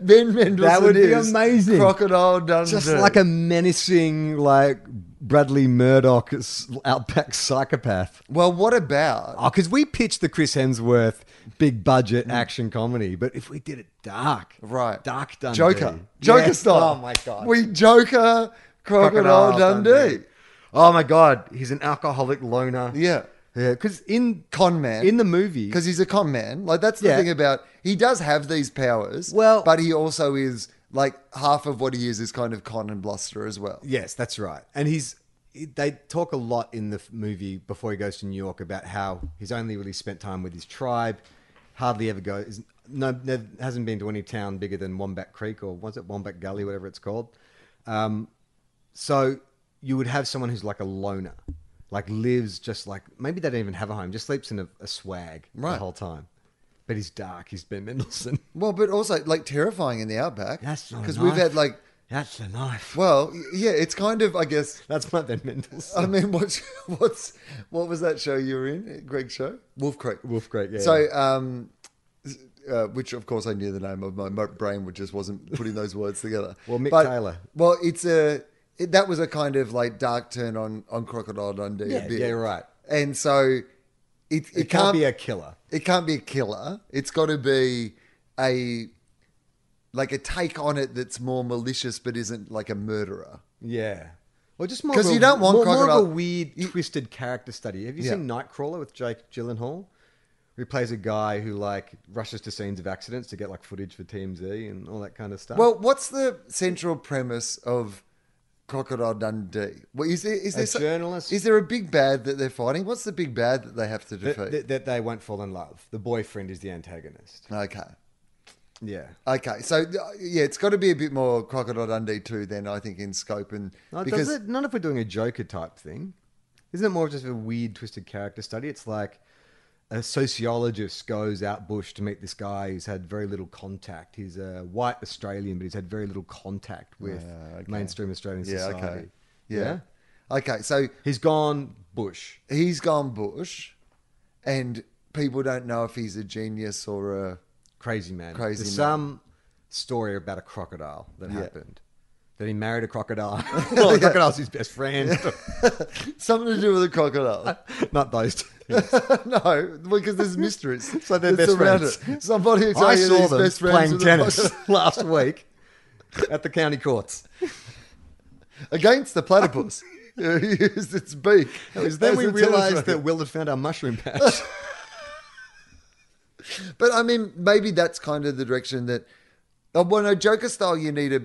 ben Mendelsohn.
would be
is
amazing.
Crocodile Dundee.
just like a menacing, like Bradley Murdoch s- outback psychopath.
Well, what about
Oh, because we pitched the Chris Hemsworth big budget action comedy, but if we did it dark,
Right.
Dark Dundee,
Joker. Joker
Yes. Oh
style.
my god,
We Joker Crocodile, Dundee.
Oh my god, he's an alcoholic loner.
Yeah.
yeah, because in
Con man.
in the movie,
Because he's a con man. Like, that's the
Yeah.
thing about. He does have these powers.
Well-
But he also is, like, half of what he is is kind of con and bluster as well.
Yes, that's right. And he's they talk a lot in the f- movie before he goes to New York about how he's only really spent time with his tribe, hardly ever goes. No, nev- hasn't been to any town bigger than Wombat Creek or was it Wombat Gully, whatever it's called. Um, so you would have someone who's like a loner, like lives just like maybe they don't even have a home, just sleeps in a, a swag the
Right.
whole time. But he's dark. He's Ben Mendelsohn.
Well, but also, like, terrifying in the outback.
That's not a
Because we've
knife.
had, like,
That's the knife.
well, y- yeah, it's kind of, I guess.
That's not Ben Mendelsohn.
I mean, what's what's what was that show you were in? Greg's show, Wolf Creek.
Wolf Creek, yeah.
So, um, uh, which of course I knew the name of my mo- brain, which just wasn't putting those words together.
Well, Mick Taylor.
Well, it's a it, that was a kind of like dark turn on on Crocodile Dundee.
Yeah,
a bit.
yeah, right.
And so, it it,
it can't, be a killer.
it can't be a killer. It's got to be a like a take on it that's more malicious, but isn't like a murderer.
Yeah. Well, just more
Because
of a-
you don't want
more, more
crocodile-
of a weird, twisted character study. Have you
Yeah.
seen Nightcrawler with Jake Gyllenhaal? Who plays a guy who like rushes to scenes of accidents to get like footage for TMZ and all that kind of stuff.
Well, what's the central premise of Crocodile Dundee. Well, is there is
A
there so-
journalist?
Is there a big bad that they're fighting? What's the big bad that they have to
That,
defeat?
that, that they won't fall in love. The boyfriend is the antagonist.
okay.
Yeah.
Okay, so uh, yeah, it's got to be a bit more Crocodile Dundee too. Then I think in scope and
No,
because
does it, not if we're doing a Joker type thing. Isn't it more of just a weird, twisted character study? It's like a sociologist goes out bush to meet this guy who's had very little contact. He's a white Australian, but he's had very little contact with
Ah, okay.
mainstream Australian
yeah,
society.
okay, yeah. okay. So
He's gone bush.
he's gone bush, and people don't know if he's a genius or a
Crazy man.
Crazy
There's
man.
some story about a crocodile that
Yeah.
happened. That he married a crocodile. well, the crocodile's his best friend.
something to do with a crocodile.
Not those two.
no, because there's mysteries.
So they're best friends.
It. Somebody will tell
I
you
saw
these
them
best friends
playing
with a
tennis
crocodile.
last week at the county courts.
against the platypus. It used its beak.
Because then
as
we
a tennis
realised
racket.
that Will had found our mushroom patch.
But I mean, maybe that's kind of the direction that. Oh, well, no, Joker style, you need a.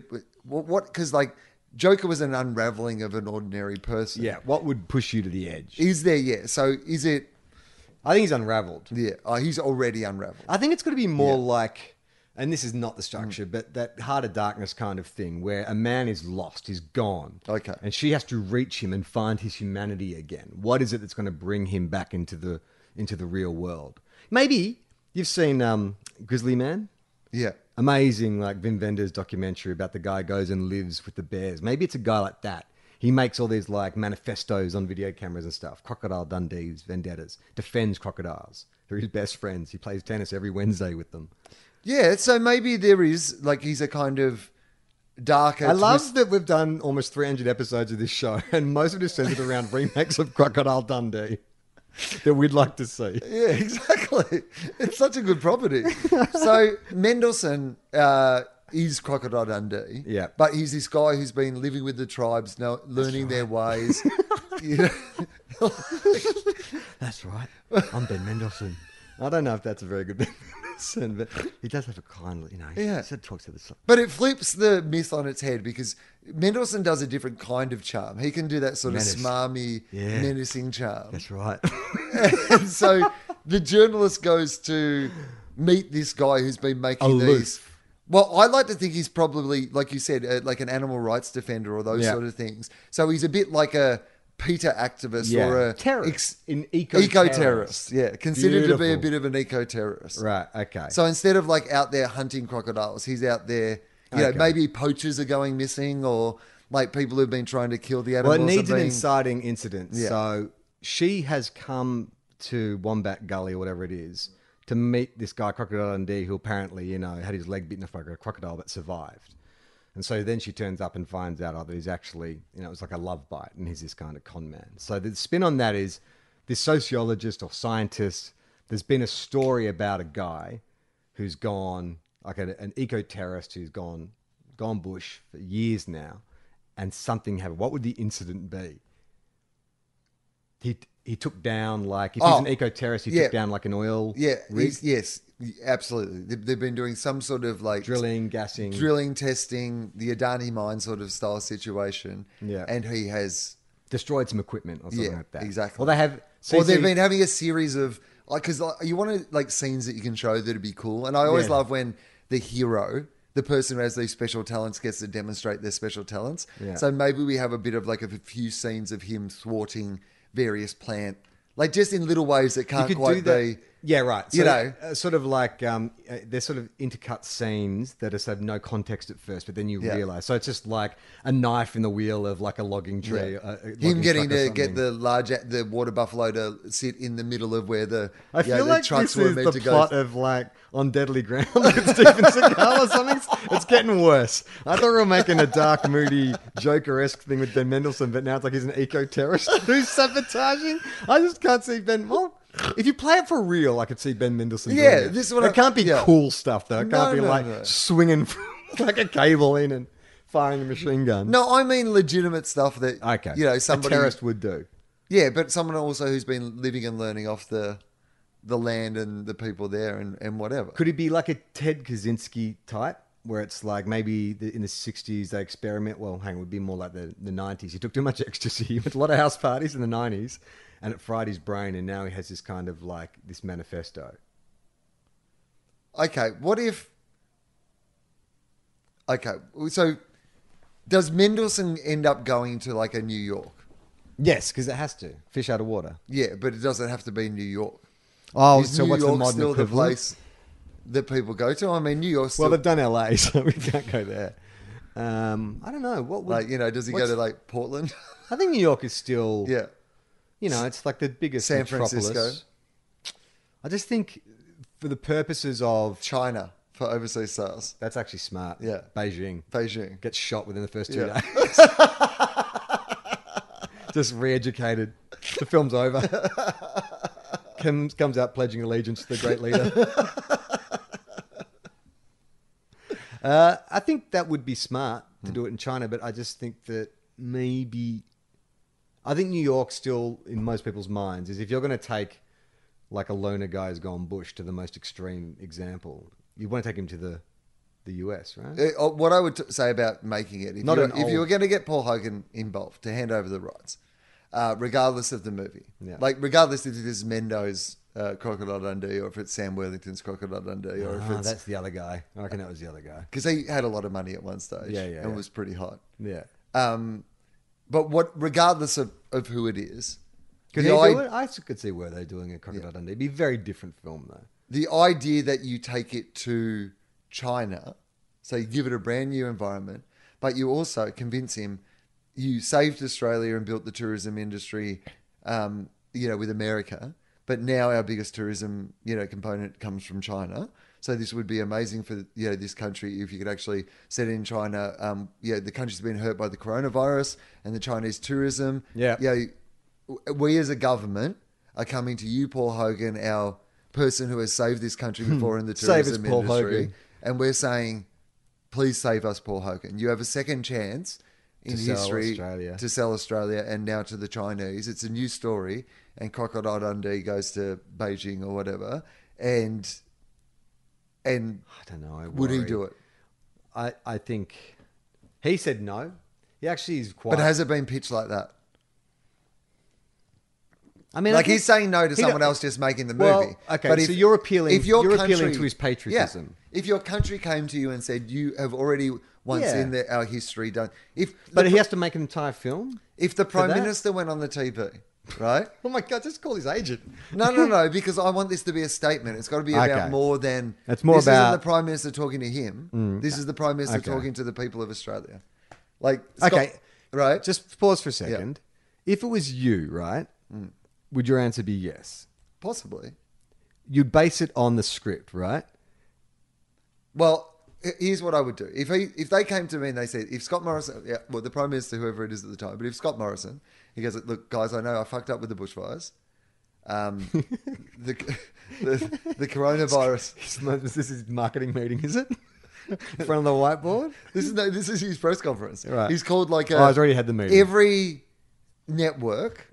What? Because, like, Joker was an unraveling of an ordinary person.
yeah, what would push you to the edge?
Is there, yeah. So is it.
I think he's unravelled.
Yeah. Oh, he's already unraveled.
I think it's going to be more like, and this is not the structure, but that heart of darkness kind of thing where a man is lost, he's gone.
Okay.
And she has to reach him and find his humanity again. What is it that's going to bring him back into the into the real world? Maybe you've seen um, Grizzly Man.
Yeah.
amazing like Vin Vender's documentary about the guy goes and lives with the bears. Maybe it's a guy like that. He makes all these like manifestos on video cameras and stuff. Crocodile Dundee's vendettas defends crocodiles. They're his best friends. He plays tennis every Wednesday with them.
Yeah. So maybe there is, like, he's a kind of darker.
I love
twist-
that we've done almost 300 episodes of this show, and most of it is centered around remakes of Crocodile Dundee that we'd like to see.
Yeah, exactly. It's such a good property. so Mendelssohn uh, is Crocodile Dundee.
Yeah.
But he's this guy who's been living with the tribes, now learning their ways. You know?
That's right. I'm Ben Mendelsohn. I don't know if that's a very good Ben Mendelsohn, but he does have a kind, you know, he
Yeah.
yeah. talks to the side.
But it flips the myth on its head because Mendelssohn does a different kind of charm. He can do that sort
Menace.
of smarmy,
Yeah.
menacing charm.
That's right.
and so the journalist goes to meet this guy who's been making
Aloof.
these. Well, I like to think he's probably, like you said, uh, like an animal rights defender or those
Yeah.
sort of things. So he's a bit like a Peter activist or a
terrorist.
ex-
an eco
eco-terrorist. Yeah, considered to be a
Beautiful.
bit of an eco-terrorist.
Right. Okay.
So instead of like out there hunting crocodiles, he's out there. You know,
Okay.
maybe poachers are going missing, or like people who've been trying to kill the
well,
animals.
it needs
are
an
being,
inciting incident.
Yeah.
So she has come to Wombat Gully or whatever it is to meet this guy Crocodile Dundee, who apparently you know had his leg bitten off by a crocodile but survived. And so then she turns up and finds out oh, that he's actually you know it was like a love bite and he's this kind of con man. So the spin on that is this sociologist or scientist. There's been a story about a guy who's gone like an, an eco terrorist who's gone gone bush for years now, and something happened. What would the incident be? He he took down like if
Oh,
he's an eco terrorist, he
yeah.
took down like an oil
Yeah,
rig,
he's- yes, absolutely. They've, they've been doing some sort of like
drilling, gassing.
drilling, testing, the Adani mine sort of style situation.
Yeah.
and he has.
destroyed some equipment or something
Yeah,
like that.
exactly.
Well, they have.
or they've
CC
been having a series of like because like, you want to like scenes that you can show that'd be cool. And I always
Yeah.
love when the hero, the person who has these special talents, gets to demonstrate their special talents.
Yeah.
So maybe we have a bit of like a few scenes of him thwarting various plant, like just in little ways that can't quite be.
Yeah, right. So
you know.
uh, sort of like um, uh, they're sort of intercut scenes that are sort of no context at first, but then you
Yeah.
realize. So it's just like a knife in the wheel of like a logging tree.
Yeah.
uh, a
Him
logging
getting
truck or
to get
something.
the large the water buffalo to sit in the middle of where the
I
you know,
feel
the
like
trucks
this
were
is
meant
the
to
plot
go.
of like on deadly ground with Steven Seagal or something. It's getting worse. I thought we were making a dark, moody, Joker-esque thing with Ben Mendelsohn, but now it's like he's an eco-terrorist who's sabotaging. I just can't see Ben. Well, if you play it for real, I could see Ben Mendelsohn. doing
Yeah,
it.
this is what
It
I-
can't be
yeah.
cool stuff though. It
No,
can't be
no,
like
no.
swinging from, like a cable in and firing a machine gun.
No, I mean legitimate stuff that
okay.
you know somebody
a terrorist would do.
Yeah, but someone also who's been living and learning off the the land and the people there and, and whatever.
Could he be like a Ted Kaczynski type? where it's like maybe the, in the 60s they experiment. Well, hang on, it would be more like the, the 90s. He took too much ecstasy. He went to a lot of house parties in the 90s and it fried his brain. And now he has this kind of like this manifesto.
Okay, what if? Okay, so does Mendelssohn end up going to like a New York?
Yes, because it has to. Fish out of water.
Yeah, but it doesn't have to be New York.
Oh,
Is
so
New
what's
York
the modern
still the
equivalent?
place that people go to? I mean, New York. Still,
Well, they've done LA, so we can't go there. Um, I don't know. What would,
like you know, does he go
what's-
to like Portland?
I think New York is still.
yeah.
You know, it's like the biggest
San
metropolis.
Francisco.
I just think, for the purposes of,
China for overseas sales.
that's actually smart.
Yeah.
Beijing
Beijing.
gets shot within the first two
Yeah.
days. just re-educated. The film's over. Comes comes out pledging allegiance to the great leader. Uh, I think that would be smart to do it in China, but I just think that maybe I think New York still in most people's minds is if you're going to take like a loner guy who's gone bush to the most extreme example, you want to take him to the the US, right?
Uh, uh, What I would t- say about making it, if,
Not
you,
an
if you
old-
were going to get Paul Hogan involved to hand over the rights, uh, regardless of the movie,
Yeah.
like regardless if it is Mendo's uh, Crocodile Dundee or if it's Sam Worthington's Crocodile Dundee or if
Ah,
it's
that's the other guy. I reckon that was the other guy.
because he had a lot of money at one stage,
Yeah, yeah,
and
yeah.
was pretty hot.
Yeah.
Um, but what, regardless of, of who it is,
Could
the
they
i-
do it? I s- could see where they're doing a Crocodile Dundee. It'd be a very different film, though.
the idea that you take it to China, so you give it a brand new environment, but you also convince him you saved Australia and built the tourism industry, um, you know, with America, but now our biggest tourism, you know, component comes from China. So this would be amazing for you know this country if you could actually set it in China. Um, you know, the country's been hurt by the coronavirus and the Chinese tourism.
Yeah.
You know, w- we as a government are coming to you, Paul Hogan, our person who has saved this country before in the
Hmm. Save us,
tourism
Paul
industry,
Hogan.
and we're saying, please save us, Paul Hogan. You have a second chance in
To sell
history
Australia.
to sell Australia, and now to the Chinese. It's a new story, and Crocodile Dundee goes to Beijing or whatever, and and
I don't know. I
would he
worry.
do it?
I, I think he said no. He actually is quite.
But has it been pitched like that?
I mean, I
like
think-
he's saying no to
he
someone
don't-
else just making the movie.
Well, okay, so you're appealing- you're appealing to his
yeah,
patriotism.
if your country came to you and said you have already once
Yeah.
in the, our history done, if
But
the,
he has to make an entire film.
if the prime
that?
minister went on the TV, right?
Oh my god! Just call his agent.
No, no, no, because I want this to be a statement. It's got to be about
Okay.
more than
It's more
this
about- Mm.
isn't the prime minister talking to him. This is the prime minister
Okay.
talking to the people of Australia. Like it's got-
Okay,
right?
Just pause for a second. If it was you, right, would your answer be yes?
possibly.
You'd base it on the script, right?
Well, h- here's what I would do. If he, if they came to me and they said, if Scott Morrison, yeah, well, the Prime Minister, whoever it is at the time, but if Scott Morrison, he goes, look, guys, I know I fucked up with the bushfires. Um, the, the, the coronavirus.
this is his marketing meeting, is it? In front of the whiteboard.
This is no, this is his press conference.
Right.
He's called like a.
Oh, I've already had the meeting.
Every network,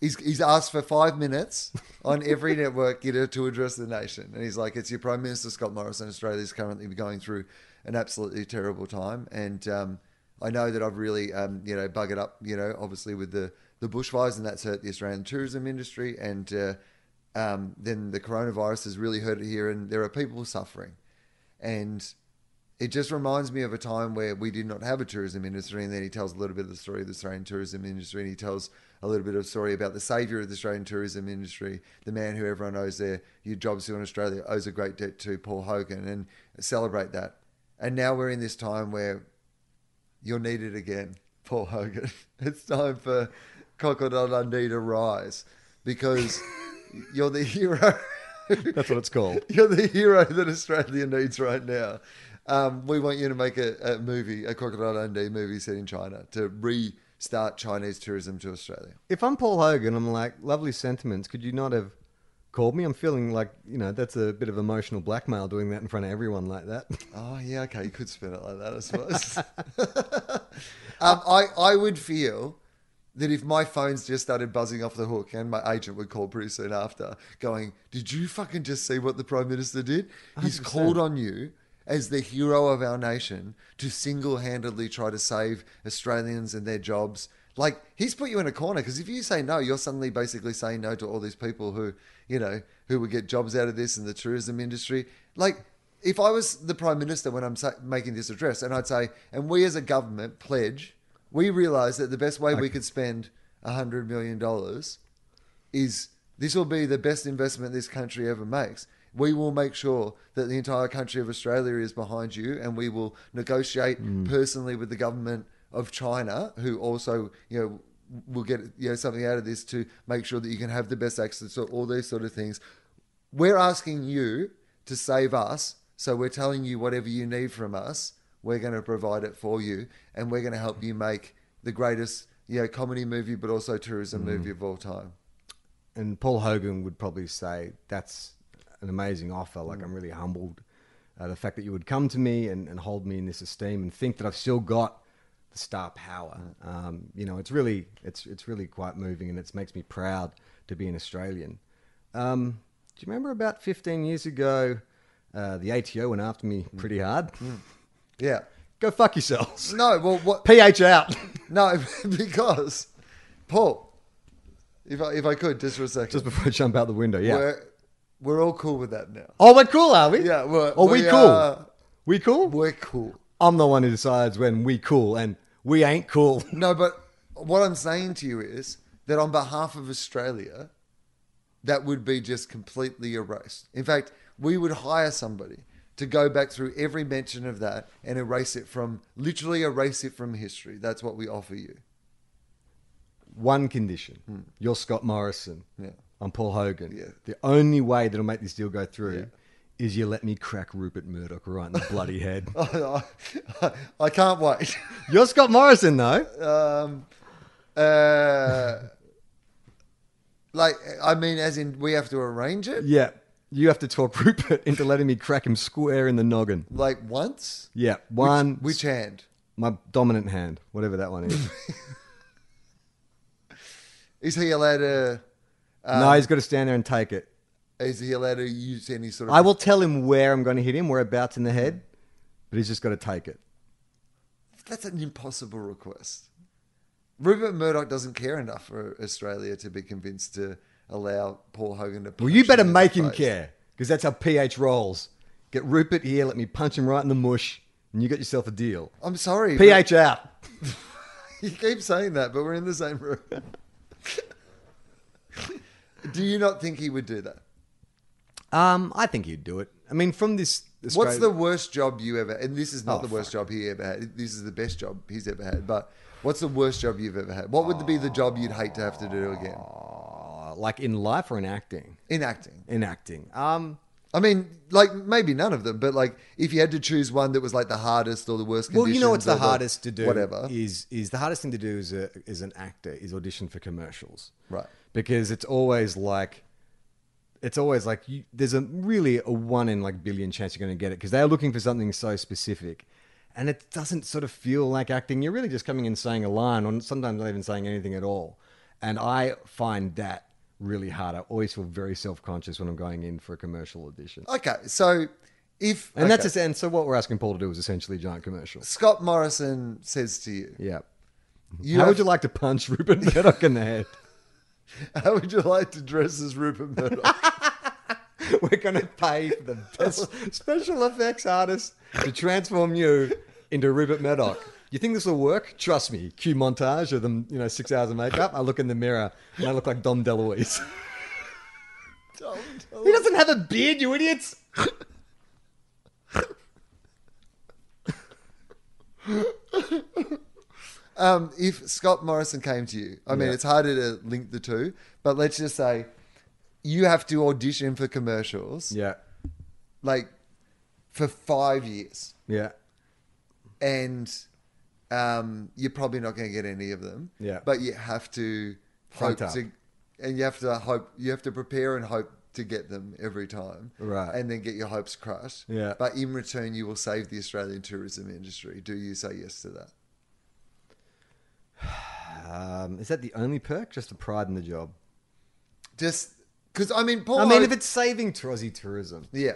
he's he's asked for five minutes on every network you know, to address the nation, and he's like, "It's your Prime Minister Scott Morrison. Australia is currently going through an absolutely terrible time, and um, I know that I've really um, you know buggered up, you know, obviously with the the bushfires, and that's hurt the Australian tourism industry, and uh, um, then the coronavirus has really hurt it here, and there are people suffering, and it just reminds me of a time where we did not have a tourism industry, and then he tells a little bit of the story of the Australian tourism industry, and he tells a little bit of story about the saviour of the Australian tourism industry, the man who everyone owes their your jobs to in Australia owes a great debt to Paul Hogan, and celebrate that. And now we're in this time where you're needed again, Paul Hogan. It's time for Crocodile Dundee to rise because you're the hero.
That's what it's called.
You're the hero that Australia needs right now. Um, we want you to make a, a movie, a Crocodile Dundee movie set in China to restart Chinese tourism to Australia.
if I'm Paul Hogan, I'm like, lovely sentiments. Could you not have called me? I'm feeling like, you know, that's a bit of emotional blackmail doing that in front of everyone like that.
Oh, yeah, okay. You could spin it like that, I suppose. um, I, I would feel that if my phone's just started buzzing off the hook and my agent would call pretty soon after going, Did you fucking just see what the Prime Minister did? He's called on you as the hero of our nation to single handedly try to save Australians and their jobs. Like, he's put you in a corner because if you say no, you're suddenly basically saying no to all these people who, you know, who would get jobs out of this and the tourism industry. Like, if I was the prime minister when I'm sa- making this address, and I'd say, and we as a government pledge, we realise that the best way we could spend hundred million dollars is this will be the best investment this country ever makes. We will make sure that the entire country of Australia is behind you, and we will negotiate personally with the government of China, who also, you know, will get you know something out of this to make sure that you can have the best access to all these sort of things. We're asking you to save us, so we're telling you whatever you need from us, we're going to provide it for you, and we're going to help you make the greatest, you know, comedy movie, but also tourism movie of all time.
and Paul Hogan would probably say that's an amazing offer. Like I'm really humbled uh, the fact that you would come to me and, and hold me in this esteem and think that I've still got the star power. Um, you know, it's really it's it's really quite moving and it makes me proud to be an Australian. Um, do you remember about 15 years ago, uh, the ATO went after me pretty hard?
Yeah.
Go fuck yourselves.
No, well, what?
PH out.
No, because Paul, if I, if I could just for a second,
Just before I jump out the window. Yeah.
we're we're all cool with that now.
oh, we're cool, are we?
Yeah, we're,
Are we,
we
cool?
are-
we cool?
We're cool.
I'm the one who decides when we cool and we ain't cool.
No, but what I'm saying to you is that on behalf of Australia, that would be just completely erased. In fact, we would hire somebody to go back through every mention of that and erase it from literally erase it from history. That's what we offer you.
One condition. You're Scott Morrison.
Hmm. Yeah.
I'm Paul Hogan.
Yeah.
The only way that'll make this deal go through is you let me crack Rupert Murdoch right in the bloody head.
I, I can't wait.
You're Scott Morrison though.
um, uh, like I mean, as in we have to arrange it.
yeah. You have to talk Rupert into letting me crack him square in the noggin.
Like once,
Yeah. One
which hand?
my dominant hand, whatever that one is.
Is he allowed to?
no, he's got to stand there and take it.
Is he allowed to use any sort of?
I will tell him where I'm going to hit him, whereabouts in the head, but he's just got to take it.
That's an impossible request. Rupert Murdoch doesn't care enough for Australia to be convinced to allow Paul Hogan to.
Well, you
punch
better
in the
make him
face.
care because that's how PH rolls. Get Rupert here, let me punch him right in the mush, and you got yourself a deal.
I'm sorry,
PH out.
You keep saying that, but we're in the same room. do you not think he would do that?
Um, I think he'd do it. I mean, from this,
What's
Australia-
the worst job you ever? And this is not
Oh,
the worst job he ever had. This is the best job he's ever had. But what's the worst job you've ever had? What would be the job you'd hate to have to do again
uh, like in life or in acting?
in acting?
In acting. Um,
I mean, like maybe none of them, but like if you had to choose one that was like the hardest or the worst.
well, you know what's
conditions
the
or
hardest to do?
Whatever.
is is the hardest thing to do as a as an actor is audition for commercials,
Right.
Because it's always like. It's always like you, there's a really a one in like billion chance you're going to get it because they're looking for something so specific, and it doesn't sort of feel like acting. You're really just coming in saying a line, or sometimes not even saying anything at all. And I find that really hard. I always feel very self conscious when I'm going in for a commercial audition.
Okay, so if
And that's
Oh, okay,
that's and so what we're asking Paul to do is essentially a giant commercial.
Scott Morrison says to you,
Yeah.
you
How
have-
would you like to punch Rupert Murdoch in the head?
how would you like to dress as Rupert Murdoch?
We're going to pay for the best special effects artist to transform you into Rupert Murdoch. You think this will work? Trust me. Cue montage of them, you know, six hours of makeup. I look in the mirror and I look like Dom DeLuise. He doesn't have a beard, you idiots.
um, if Scott Morrison came to you, I mean, it's harder to link the two, but let's just say you have to audition for commercials,
Yeah.
like for five years,
Yeah.
and um, you're probably not going to get any of them.
Yeah.
but you have to
Front
hope
up.
to, and you have to hope you have to prepare and hope to get them every time,
Right.
And then get your hopes crushed.
Yeah.
but in return, you will save the Australian tourism industry. Do you say yes to that?
Um, is that the only perk? Just the pride in the job. Oh,
Just because I mean, Paul.
I mean,
Ho-
if it's saving Aussie tourism,
yeah,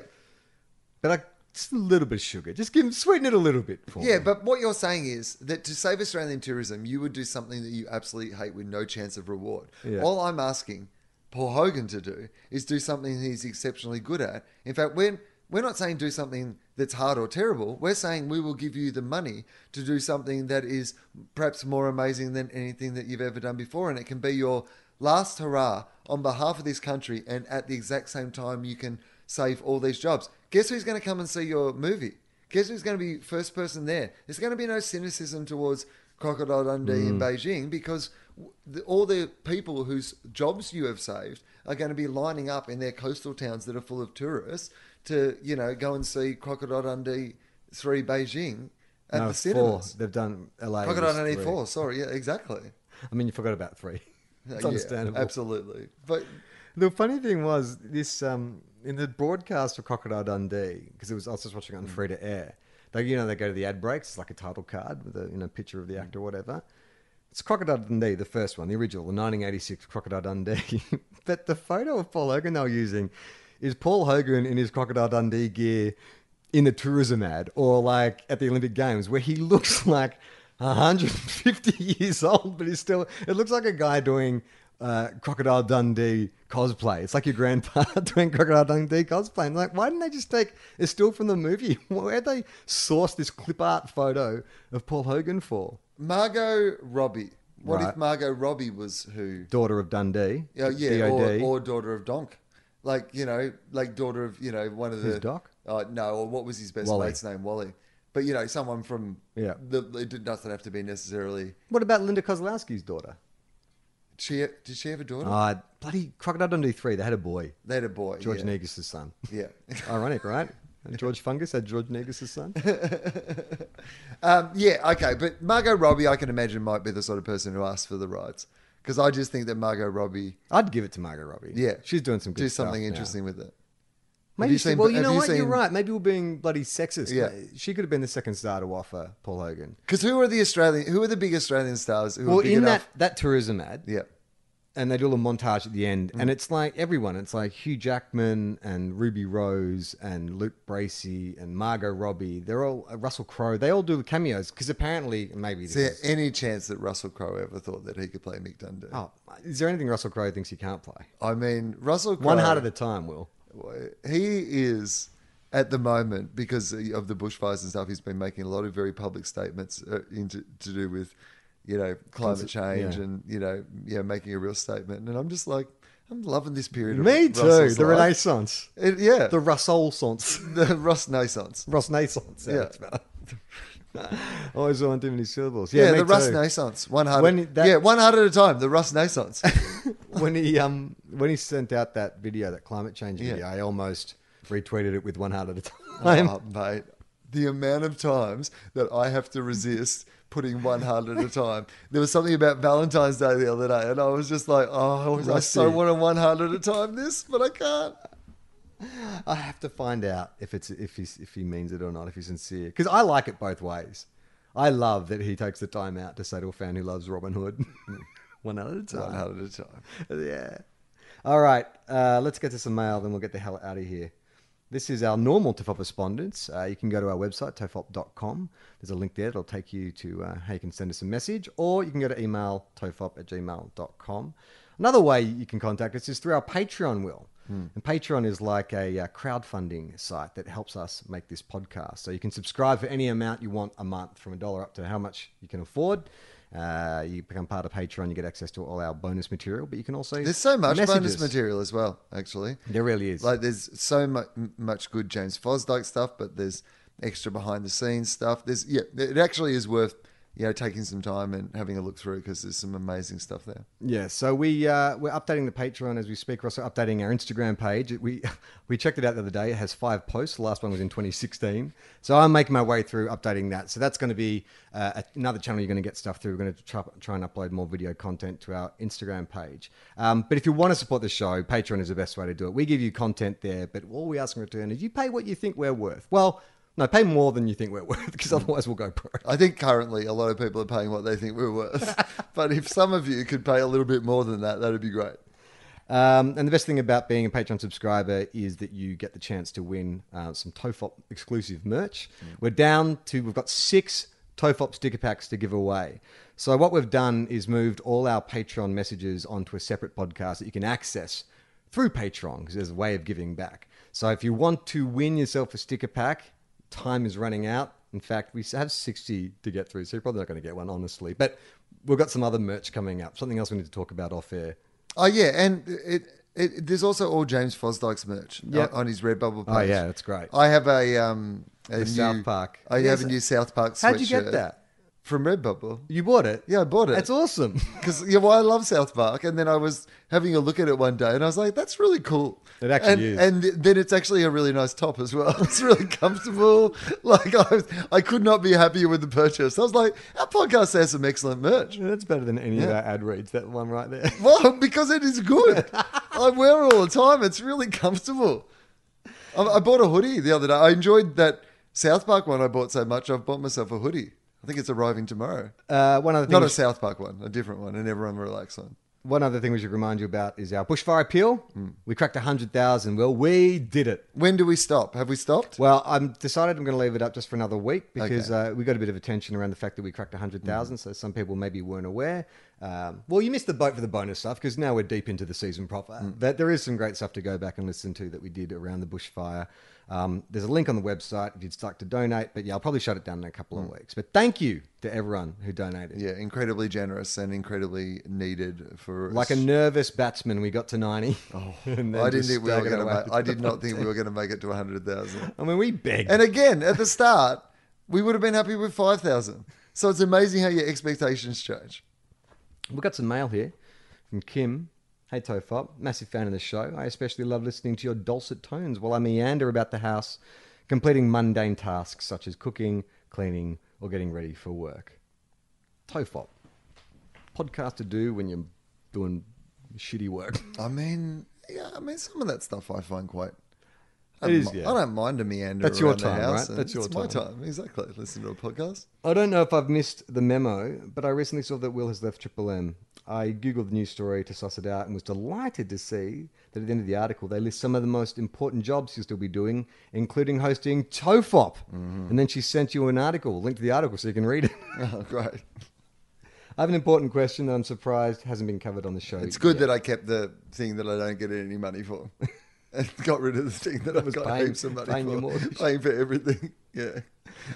but I just a little bit of sugar. Just give them, sweeten it a little bit for
Yeah,
me.
but what you're saying is that to save Australian tourism, you would do something that you absolutely hate with no chance of reward.
Yeah.
All I'm asking Paul Hogan to do is do something he's exceptionally good at. In fact, when we're not saying do something that's hard or terrible, we're saying we will give you the money to do something that is perhaps more amazing than anything that you've ever done before, and it can be your last hurrah on behalf of this country. And at the exact same time, you can save all these jobs. Guess who's going to come and see your movie? Guess who's going to be first person there? There's going to be no cynicism towards Crocodile Dundee
Mm.
in Beijing because w- the, all the people whose jobs you have saved are going to be lining up in their coastal towns that are full of tourists to, you know, go and see Crocodile Dundee 3 Beijing at
No, four.
the cinemas.
They've done LA. was
Crocodile Dundee
three.
4, sorry. Yeah, exactly.
I mean, you forgot about three. It's
Yeah,
understandable.
absolutely. But
The funny thing was this um, in the broadcast for Crocodile Dundee because it was I was just watching it on free to air. They you know they go to the ad breaks. It's like a title card with a you know picture of the actor or whatever. It's Crocodile Dundee, the first one, the original, the 1986 Crocodile Dundee. but the photo of Paul Hogan they were using is Paul Hogan in his Crocodile Dundee gear in a tourism ad or like at the Olympic Games where he looks like 150 years old, but he's still, it looks like a guy doing uh, Crocodile Dundee cosplay. It's like your grandpa doing Crocodile Dundee cosplay. And like, why didn't they just take a still from the movie? Where'd they source this clip art photo of Paul Hogan for?
Margot Robbie. What if
Right.
Margot Robbie was who?
Daughter of Dundee.
Yeah, yeah, or,
DOD.
or daughter of Donk, like you know, like daughter of you know one of the
Who's Doc?
Uh, no, or what was his best
Wally.
mate's name? Wally. But you know, someone from
Yeah.
The, it did- doesn't have to be necessarily.
What about Linda Kozlowski's daughter?
She did she have a daughter?
Uh, bloody Crocodile Dundee 3, they had a boy,
they had a boy.
George
yeah.
Negus' son.
Yeah.
Ironic, right? George Fungus had George Negus' son.
Um, yeah, okay, but Margot Robbie, I can imagine, might be the sort of person who asks for the rights because I just think that Margot Robbie,
I'd give it to Margot Robbie.
yeah,
she's doing some good
do
stuff
something
now.
interesting with it.
Maybe
Have you
she-
seen-
well, you
have
know
you
what? You're
seen-
right. Maybe we're being bloody sexist.
Yeah.
she could have been the second star to offer Paul Hogan.
Because who are the Australian? Who are the big Australian stars? Who
Well,
are big
in
enough?
that that tourism ad,
yeah,
and they do a little montage at the end, and it's like everyone. It's like Hugh Jackman and Ruby Rose and Luke Bracey and Margot Robbie. They're all uh, Russell Crowe. They all do the cameos because apparently, maybe this
is there
is-
any chance that Russell Crowe ever thought that he could play Mick Dundee?
Oh, is there anything Russell Crowe thinks he can't play?
I mean, Russell Crowe.
One heart at a time, Will.
He is at the moment because of the bushfires and stuff. He's been making a lot of very public statements uh, into, to do with, you know, climate change
yeah.
and you know, yeah, making a real statement. And I'm just like, I'm loving this period. of
Me too.
Russell's
the
life.
Renaissance.
It- yeah,
The Russell-sance.
the Russ Renaissance.
Renaissance. Yeah.
Yeah.
that's better. Always on too many syllables.
Yeah,
me
the Russ
too.
Renaissance. One heart.
When that-
yeah, one heart at a time. The Russ Renaissance.
when he um when he sent out that video, that climate change
Yeah.
video, I almost retweeted it with one heart at a time.
oh, mate, the amount of times that I have to resist putting one heart at a time. There was something about Valentine's Day the other day, and I was just like, oh, I so
Rusty.
want a one heart at a time this, but I can't.
I have to find out uh, if it's if he's if he means it or not, if he's sincere. Because I like it both ways. I love that he takes the time out to say to a fan who loves Robin Hood, one heart at a
One
time.
heart at a time.
yeah. All right, uh, let's get to some mail, then we'll get the hell out of here. This is our normal TOEFL respondents. Uh, you can go to our website, tofop.com. There's a link there that'll take you to uh, how you can send us a message, or you can go to email tofop at gmail.com. Another way you can contact us is through our Patreon, Will.
Hmm.
And Patreon is like a uh, crowdfunding site that helps us make this podcast. So you can subscribe for any amount you want a month, from a dollar up to how much you can afford. Uh, you become part of Patreon, you get access to all our bonus material, but you can also
There's so much bonus
messages.
material as well, actually.
There really is.
Like there's so much much good James Fosdyke stuff, but there's extra behind the scenes stuff. There's yeah, it actually is worth you know taking some time and having a look through because there's some amazing stuff there.
Yeah, so we uh, we're updating the Patreon as we speak. We're also updating our Instagram page. We we checked it out the other day. It has five posts. The last one was in 2016. So I'm making my way through updating that. So that's going to be uh, another channel you're going to get stuff through. We're going to try, try and upload more video content to our Instagram page. Um, but if you want to support the show, Patreon is the best way to do it. We give you content there, but all we ask in return is you pay what you think we're worth. Well, no, pay more than you think we're worth because otherwise we'll go broke.
I think currently a lot of people are paying what they think we're worth. but if some of you could pay a little bit more than that, that'd be great.
Um, and the best thing about being a Patreon subscriber is that you get the chance to win uh, some Tofop exclusive merch. We're down to, we've got six Tofop sticker packs to give away. So what we've done is moved all our Patreon messages onto a separate podcast that you can access through Patreon because there's a way of giving back. So if you want to win yourself a sticker pack, time is running out. In fact, we have 60 to get through, so you're probably not going to get one, honestly. But we've got some other merch coming up, something else we need to talk about off air.
Oh yeah, and it, it there's also all James Fosdyke's merch
Yeah.
on, on his Redbubble page.
Oh, yeah, that's great.
I have a um a new,
South Park.
I
Yes.
have a new South Park. Sweatshirt
How'd you get that?
from Redbubble?
You bought it?
Yeah, I bought it.
That's awesome.
Because yeah, well, I love South Park, and then I was having a look at it one day, and I was like, "That's really cool."
It actually
and,
is.
and then it's actually a really nice top as well. It's really comfortable. like I, was, I could not be happier with the purchase. I was like, "Our podcast has some excellent merch."
That's better than any of our ad reads, that one right there.
Well, because it is good. I wear it all the time. It's really comfortable. I, I bought a hoodie the other day. I enjoyed that South Park one I bought so much. I've bought myself a hoodie. I think it's arriving tomorrow.
Uh, one, other thing
Not
we
a
sh-
South Park one, a different one, and everyone relax on.
one other thing we should remind you about is our bushfire appeal. We cracked 100,000. Well, we did it.
When do we stop? Have we stopped?
Well, I'm decided I'm going to leave it up just for another week because uh, we got a bit of attention around the fact that we cracked
Mm.
100,000. So some people maybe weren't aware. Um, well, you missed the boat for the bonus stuff because now we're deep into the season proper.
Mm.
That there is some great stuff to go back and listen to that we did around the bushfire. Um, there's a link on the website if you'd like to donate. But yeah, I'll probably shut it down in a couple of weeks. But thank you to everyone who donated.
Mm. Yeah, incredibly generous and incredibly needed for
Like a nervous batsman, we got to 90. Oh,
I didn't think we were going to. Make, I did not think we were going to make it to hundred thousand.
I mean, we begged.
And again, at the start, we would have been happy with five thousand. So it's amazing how your expectations change.
We've got some mail here from Kim. Hey Tofop, massive fan of the show. I especially love listening to your dulcet tones while I meander about the house, completing mundane tasks such as cooking, cleaning, or getting ready for work. Tofop, podcast to do when you're doing shitty work.
I mean, yeah, I mean, some of that stuff I find quite. I
It
don't
is,
mi-
yeah.
I don't mind a meander.
That's your
around the
time,
house
right?
and
That's your
it's my time. Exactly. Listen to a podcast.
I don't know if I've missed the memo, but I recently saw that Will has left Triple M. I googled the news story to suss it out and was delighted to see that at the end of the article they list some of the most important jobs you'll still be doing, including hosting TOEFOP.
Mm-hmm.
And then she sent you an article, link to the article so you can read it.
Oh, great.
I have an important question that I'm surprised hasn't been covered on the show.
It's good that I kept the thing that I don't get any money for. And got rid of the thing that I've
was
got
paying-
heaps of money
paying your
for.
mortgage.
Paying for everything. Yeah.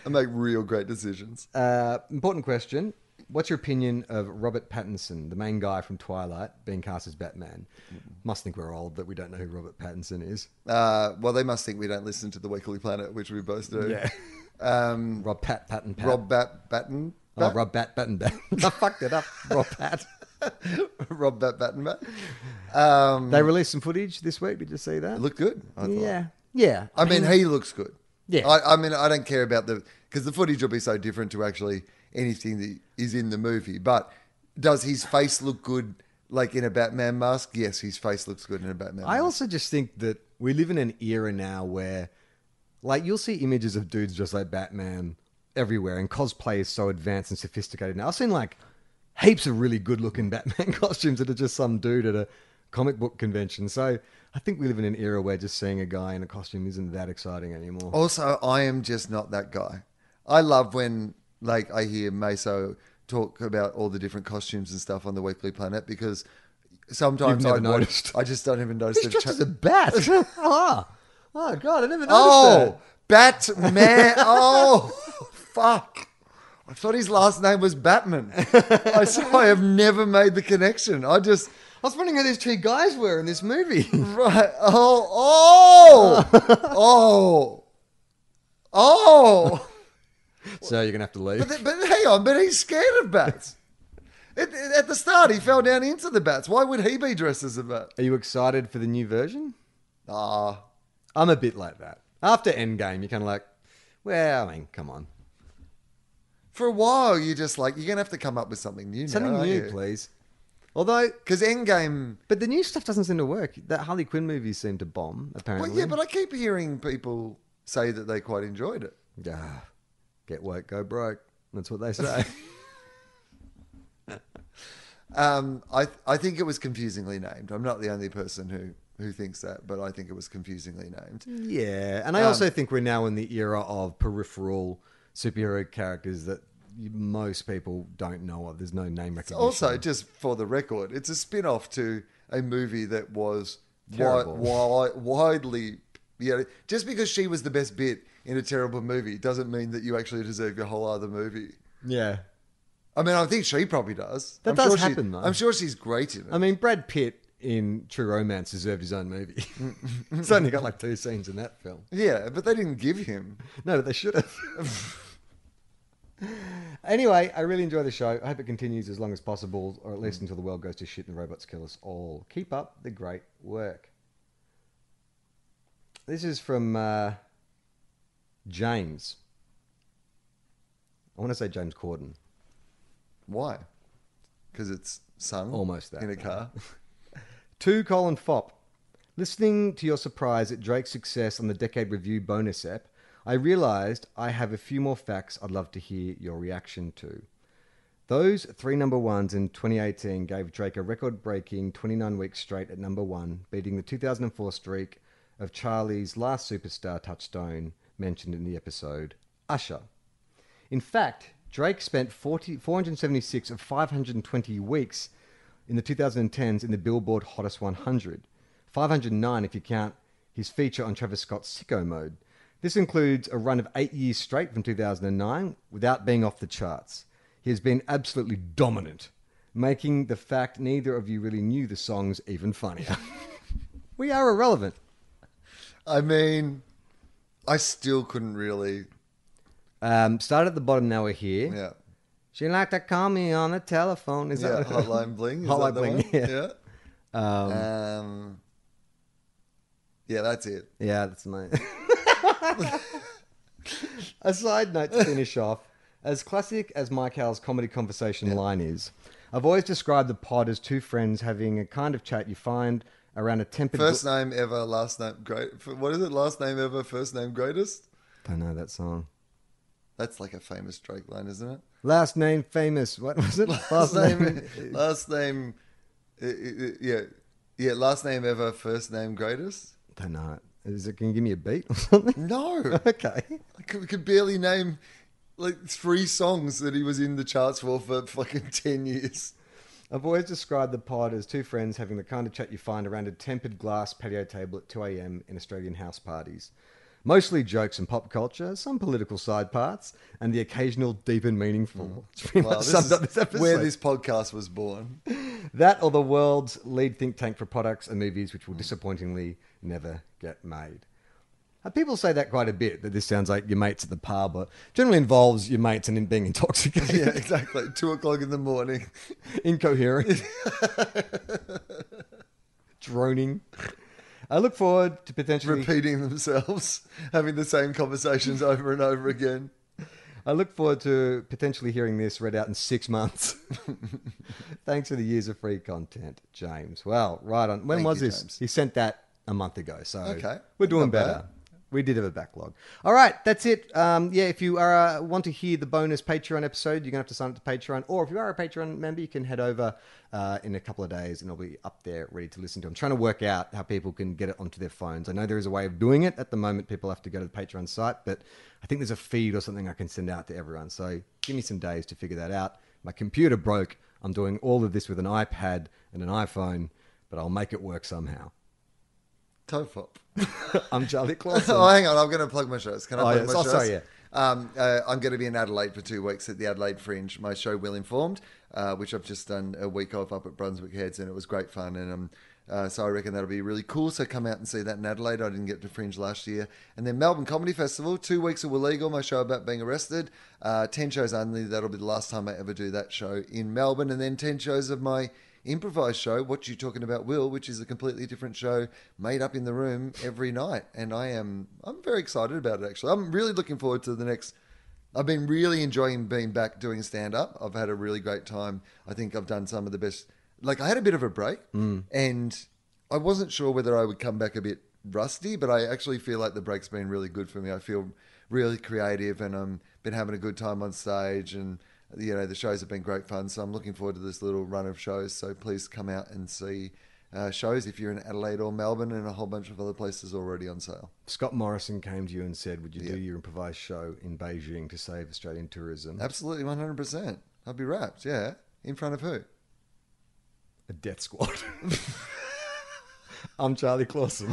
I make real great decisions.
Uh, important question. What's your opinion of Robert Pattinson, the main guy from Twilight, being cast as Batman?
Mm-hmm.
Must think we're old that we don't know who Robert Pattinson is.
Uh, well, they must think we don't listen to the Weekly Planet, which we both do.
Yeah.
Um,
Rob Pat Patton Pat.
Rob Bat Batten.
Oh, Rob Bat Batten Bat. I fucked it up. Rob Bat.
Rob Bat Batten Bat. Um,
They released some footage this week. Did you see that?
it looked good. I thought.
yeah, yeah.
I mean, he looks good.
Yeah.
I, I mean, I don't care about the because the footage will be so different to actually anything that is in the movie. But does his face look good, like in a Batman mask? Yes, his face looks good in a Batman.
I
mask.
also just think that we live in an era now where, like, you'll see images of dudes just like Batman everywhere, and cosplay is so advanced and sophisticated now. I've seen like heaps of really good-looking Batman costumes that are just some dude at a comic book convention. So I think we live in an era where just seeing a guy in a costume isn't that exciting
Oh,
anymore.
Also, I am just not that guy. I love when like I hear Meso talk about all the different costumes and stuff on the Weekly Planet because sometimes
You've
I
never noticed.
I just don't even notice.
He's
they've
just
cha-
as a bat. ah. Oh god, I never noticed that.
Oh, Batman. oh, fuck. I thought his last name was Batman. I, so I have never made the connection. I just,
I was wondering who these two guys were in this movie.
right. Oh, oh, oh, oh.
so you're gonna have to leave.
But, th- but hang on, but he's scared of bats. It, it- at the start, he fell down into the bats. Why would he be dressed as a bat?
Are you excited for the new version?
Ah,
I'm a bit like that. After Endgame, you're kind of like, well, I mean, come on,
for a while, you're just like, you're going to have to come up with something new
something
now.
new, please. Although,
Because Endgame.
but the new stuff doesn't seem to work. That Harley Quinn movie seemed to bomb, apparently.
Well, yeah, but I keep hearing people say that they quite enjoyed it.
yeah, get woke, go broke. That's what they say.
Um, I I think it was confusingly named. I'm not the only person who who thinks that, but I think it was confusingly
Hmm.
named.
Yeah, and I also think we're now in the era of peripheral superhero characters that you- most people don't know of. There's no name recognition.
Also, just for the record, it's a spin off to a movie that was wi-
Terrible.
wi- widely. Yeah, just because she was the best bit in a terrible movie doesn't mean that you actually deserve your whole other movie.
yeah.
I mean, I think she probably does.
That
I'm
does
sure
happen,
she,
though. Um,
I'm sure she's great in it.
I mean, Brad Pitt in True Romance deserved his own movie. He's only got like two scenes in that film.
yeah, but they didn't give him.
No, but they should have. anyway, I really enjoy the show. I hope it continues as long as possible, or at least until the world goes to shit and the robots kill us all. Keep up the great work. This is from uh, James. I want to say James Corden.
Why? Because it's sung
Almost that,
in a
though.
car.
To Colin Fopp, listening to your surprise at Drake's success on the Decade Review bonus app, I realised I have a few more facts I'd love to hear your reaction to. Those three number ones in 2018 gave Drake a record breaking 29 weeks straight at number one, beating the 2004 streak of Charlie's last superstar touchstone mentioned in the episode, Usher. In fact, Drake spent 40, 476 of 520 weeks in the 2010s in the Billboard Hottest 100. 509 if you count his feature on Travis Scott's Sicko Mode. This includes a run of eight years straight from 2009 without being off the charts. He has been absolutely dominant, making the fact neither of you really knew the songs even funnier. we are irrelevant.
I mean, I still couldn't really.
Um, start at the bottom, now we're here.
Yeah.
She liked to call me on the telephone. Is
Yeah,
that what-
Hotline Bling. Is
Hotline
that the
Bling,
one?
yeah.
Yeah. Um, yeah, that's it.
Yeah, that's mine. a side note to finish off. As classic as Mike Howell's comedy conversation line is, I've always described the pod as two friends having a kind of chat you find around a tempered.
First name ever, last name great. f- What is it? Last name ever, first name greatest.
I know that song.
That's like a famous Drake line, isn't it?
Last name famous. What was it?
Last name, last name, uh, uh, uh, yeah, yeah. Last name ever, first name greatest.
don't know. it. Is it? Can you give me a beat or something?
No,
Okay.
I could, could barely name like three songs that he was in the charts for for fucking ten years.
I've always described the pod as two friends having the kind of chat you find around a tempered glass patio table at 2 a.m. in Australian house parties. Mostly jokes and pop culture, some political side parts, and the occasional deep and meaningful. It's pretty
Wow,
much
Mm. this
summed
is
up this episode.
where this podcast was born.
That or the world's lead think tank for products and movies which will
Mm.
disappointingly never get made. Uh, People say that quite a bit, that this sounds like your mates at the pub, but generally involves your mates and him being intoxicated,
Yeah, exactly. Two o'clock in the morning.
incoherent, droning. I look forward to potentially.
repeating themselves, having the same conversations over and over again.
I look forward to potentially hearing this read out in six months. Thanks for the years of free content, James. Well, right on. When
Thank
was
you,
this?
James.
He sent that a month ago, so
Okay.
we're doing
Not
better.
bad.
We did have a backlog. All right, that's it. Um, yeah, if you are, uh, want to hear the bonus Patreon episode, you're gonna have to sign up to Patreon. Or if you are a Patreon member, you can head over uh, in a couple of days, and it'll be up there ready to listen to. I'm trying to work out how people can get it onto their phones. I know there is a way of doing it. At the moment, people have to go to the Patreon site, but I think there's a feed or something I can send out to everyone. So give me some days to figure that out. My computer broke. I'm doing all of this with an iPad and an iPhone, but I'll make it work somehow.
Tofop.
I'm Charlie Clausen.
oh, hang on. I'm going to plug my shows. Can I
Oh, yes.
plug my
Oh,
shows?
sorry, yeah.
Um, uh, I'm going to be in Adelaide for two weeks at the Adelaide Fringe. My show, Well Informed, uh, which I've just done a week off up at Brunswick Heads, and it was great fun. And um, uh, so I reckon that'll be really cool. So come out and see that in Adelaide. I didn't get to Fringe last year. And then Melbourne Comedy Festival, two weeks of Illegal, my show about being arrested. Uh, 10 shows only. That'll be the last time I ever do that show in Melbourne. And then 10 shows of my improvised show, What You Talking About Will, which is a completely different show made up in the room every night. And I am I'm very excited about it actually. I'm really looking forward to the next I've been really enjoying being back doing stand up. I've had a really great time. I think I've done some of the best like I had a bit of a break and I wasn't sure whether I would come back a bit rusty, but I actually feel like the break's been really good for me. I feel really creative and I've um, been having a good time on stage and you know, the shows have been great fun. So I'm looking forward to this little run of shows. So please come out and see uh, shows if you're in Adelaide or Melbourne and a whole bunch of other places already on sale.
Scott Morrison came to you and said, "Would you do your improvised show in Beijing to save Australian tourism?"
Absolutely, 100%. I'd be wrapped, yeah. In front of who?
A death squad. I'm Charlie Clausen.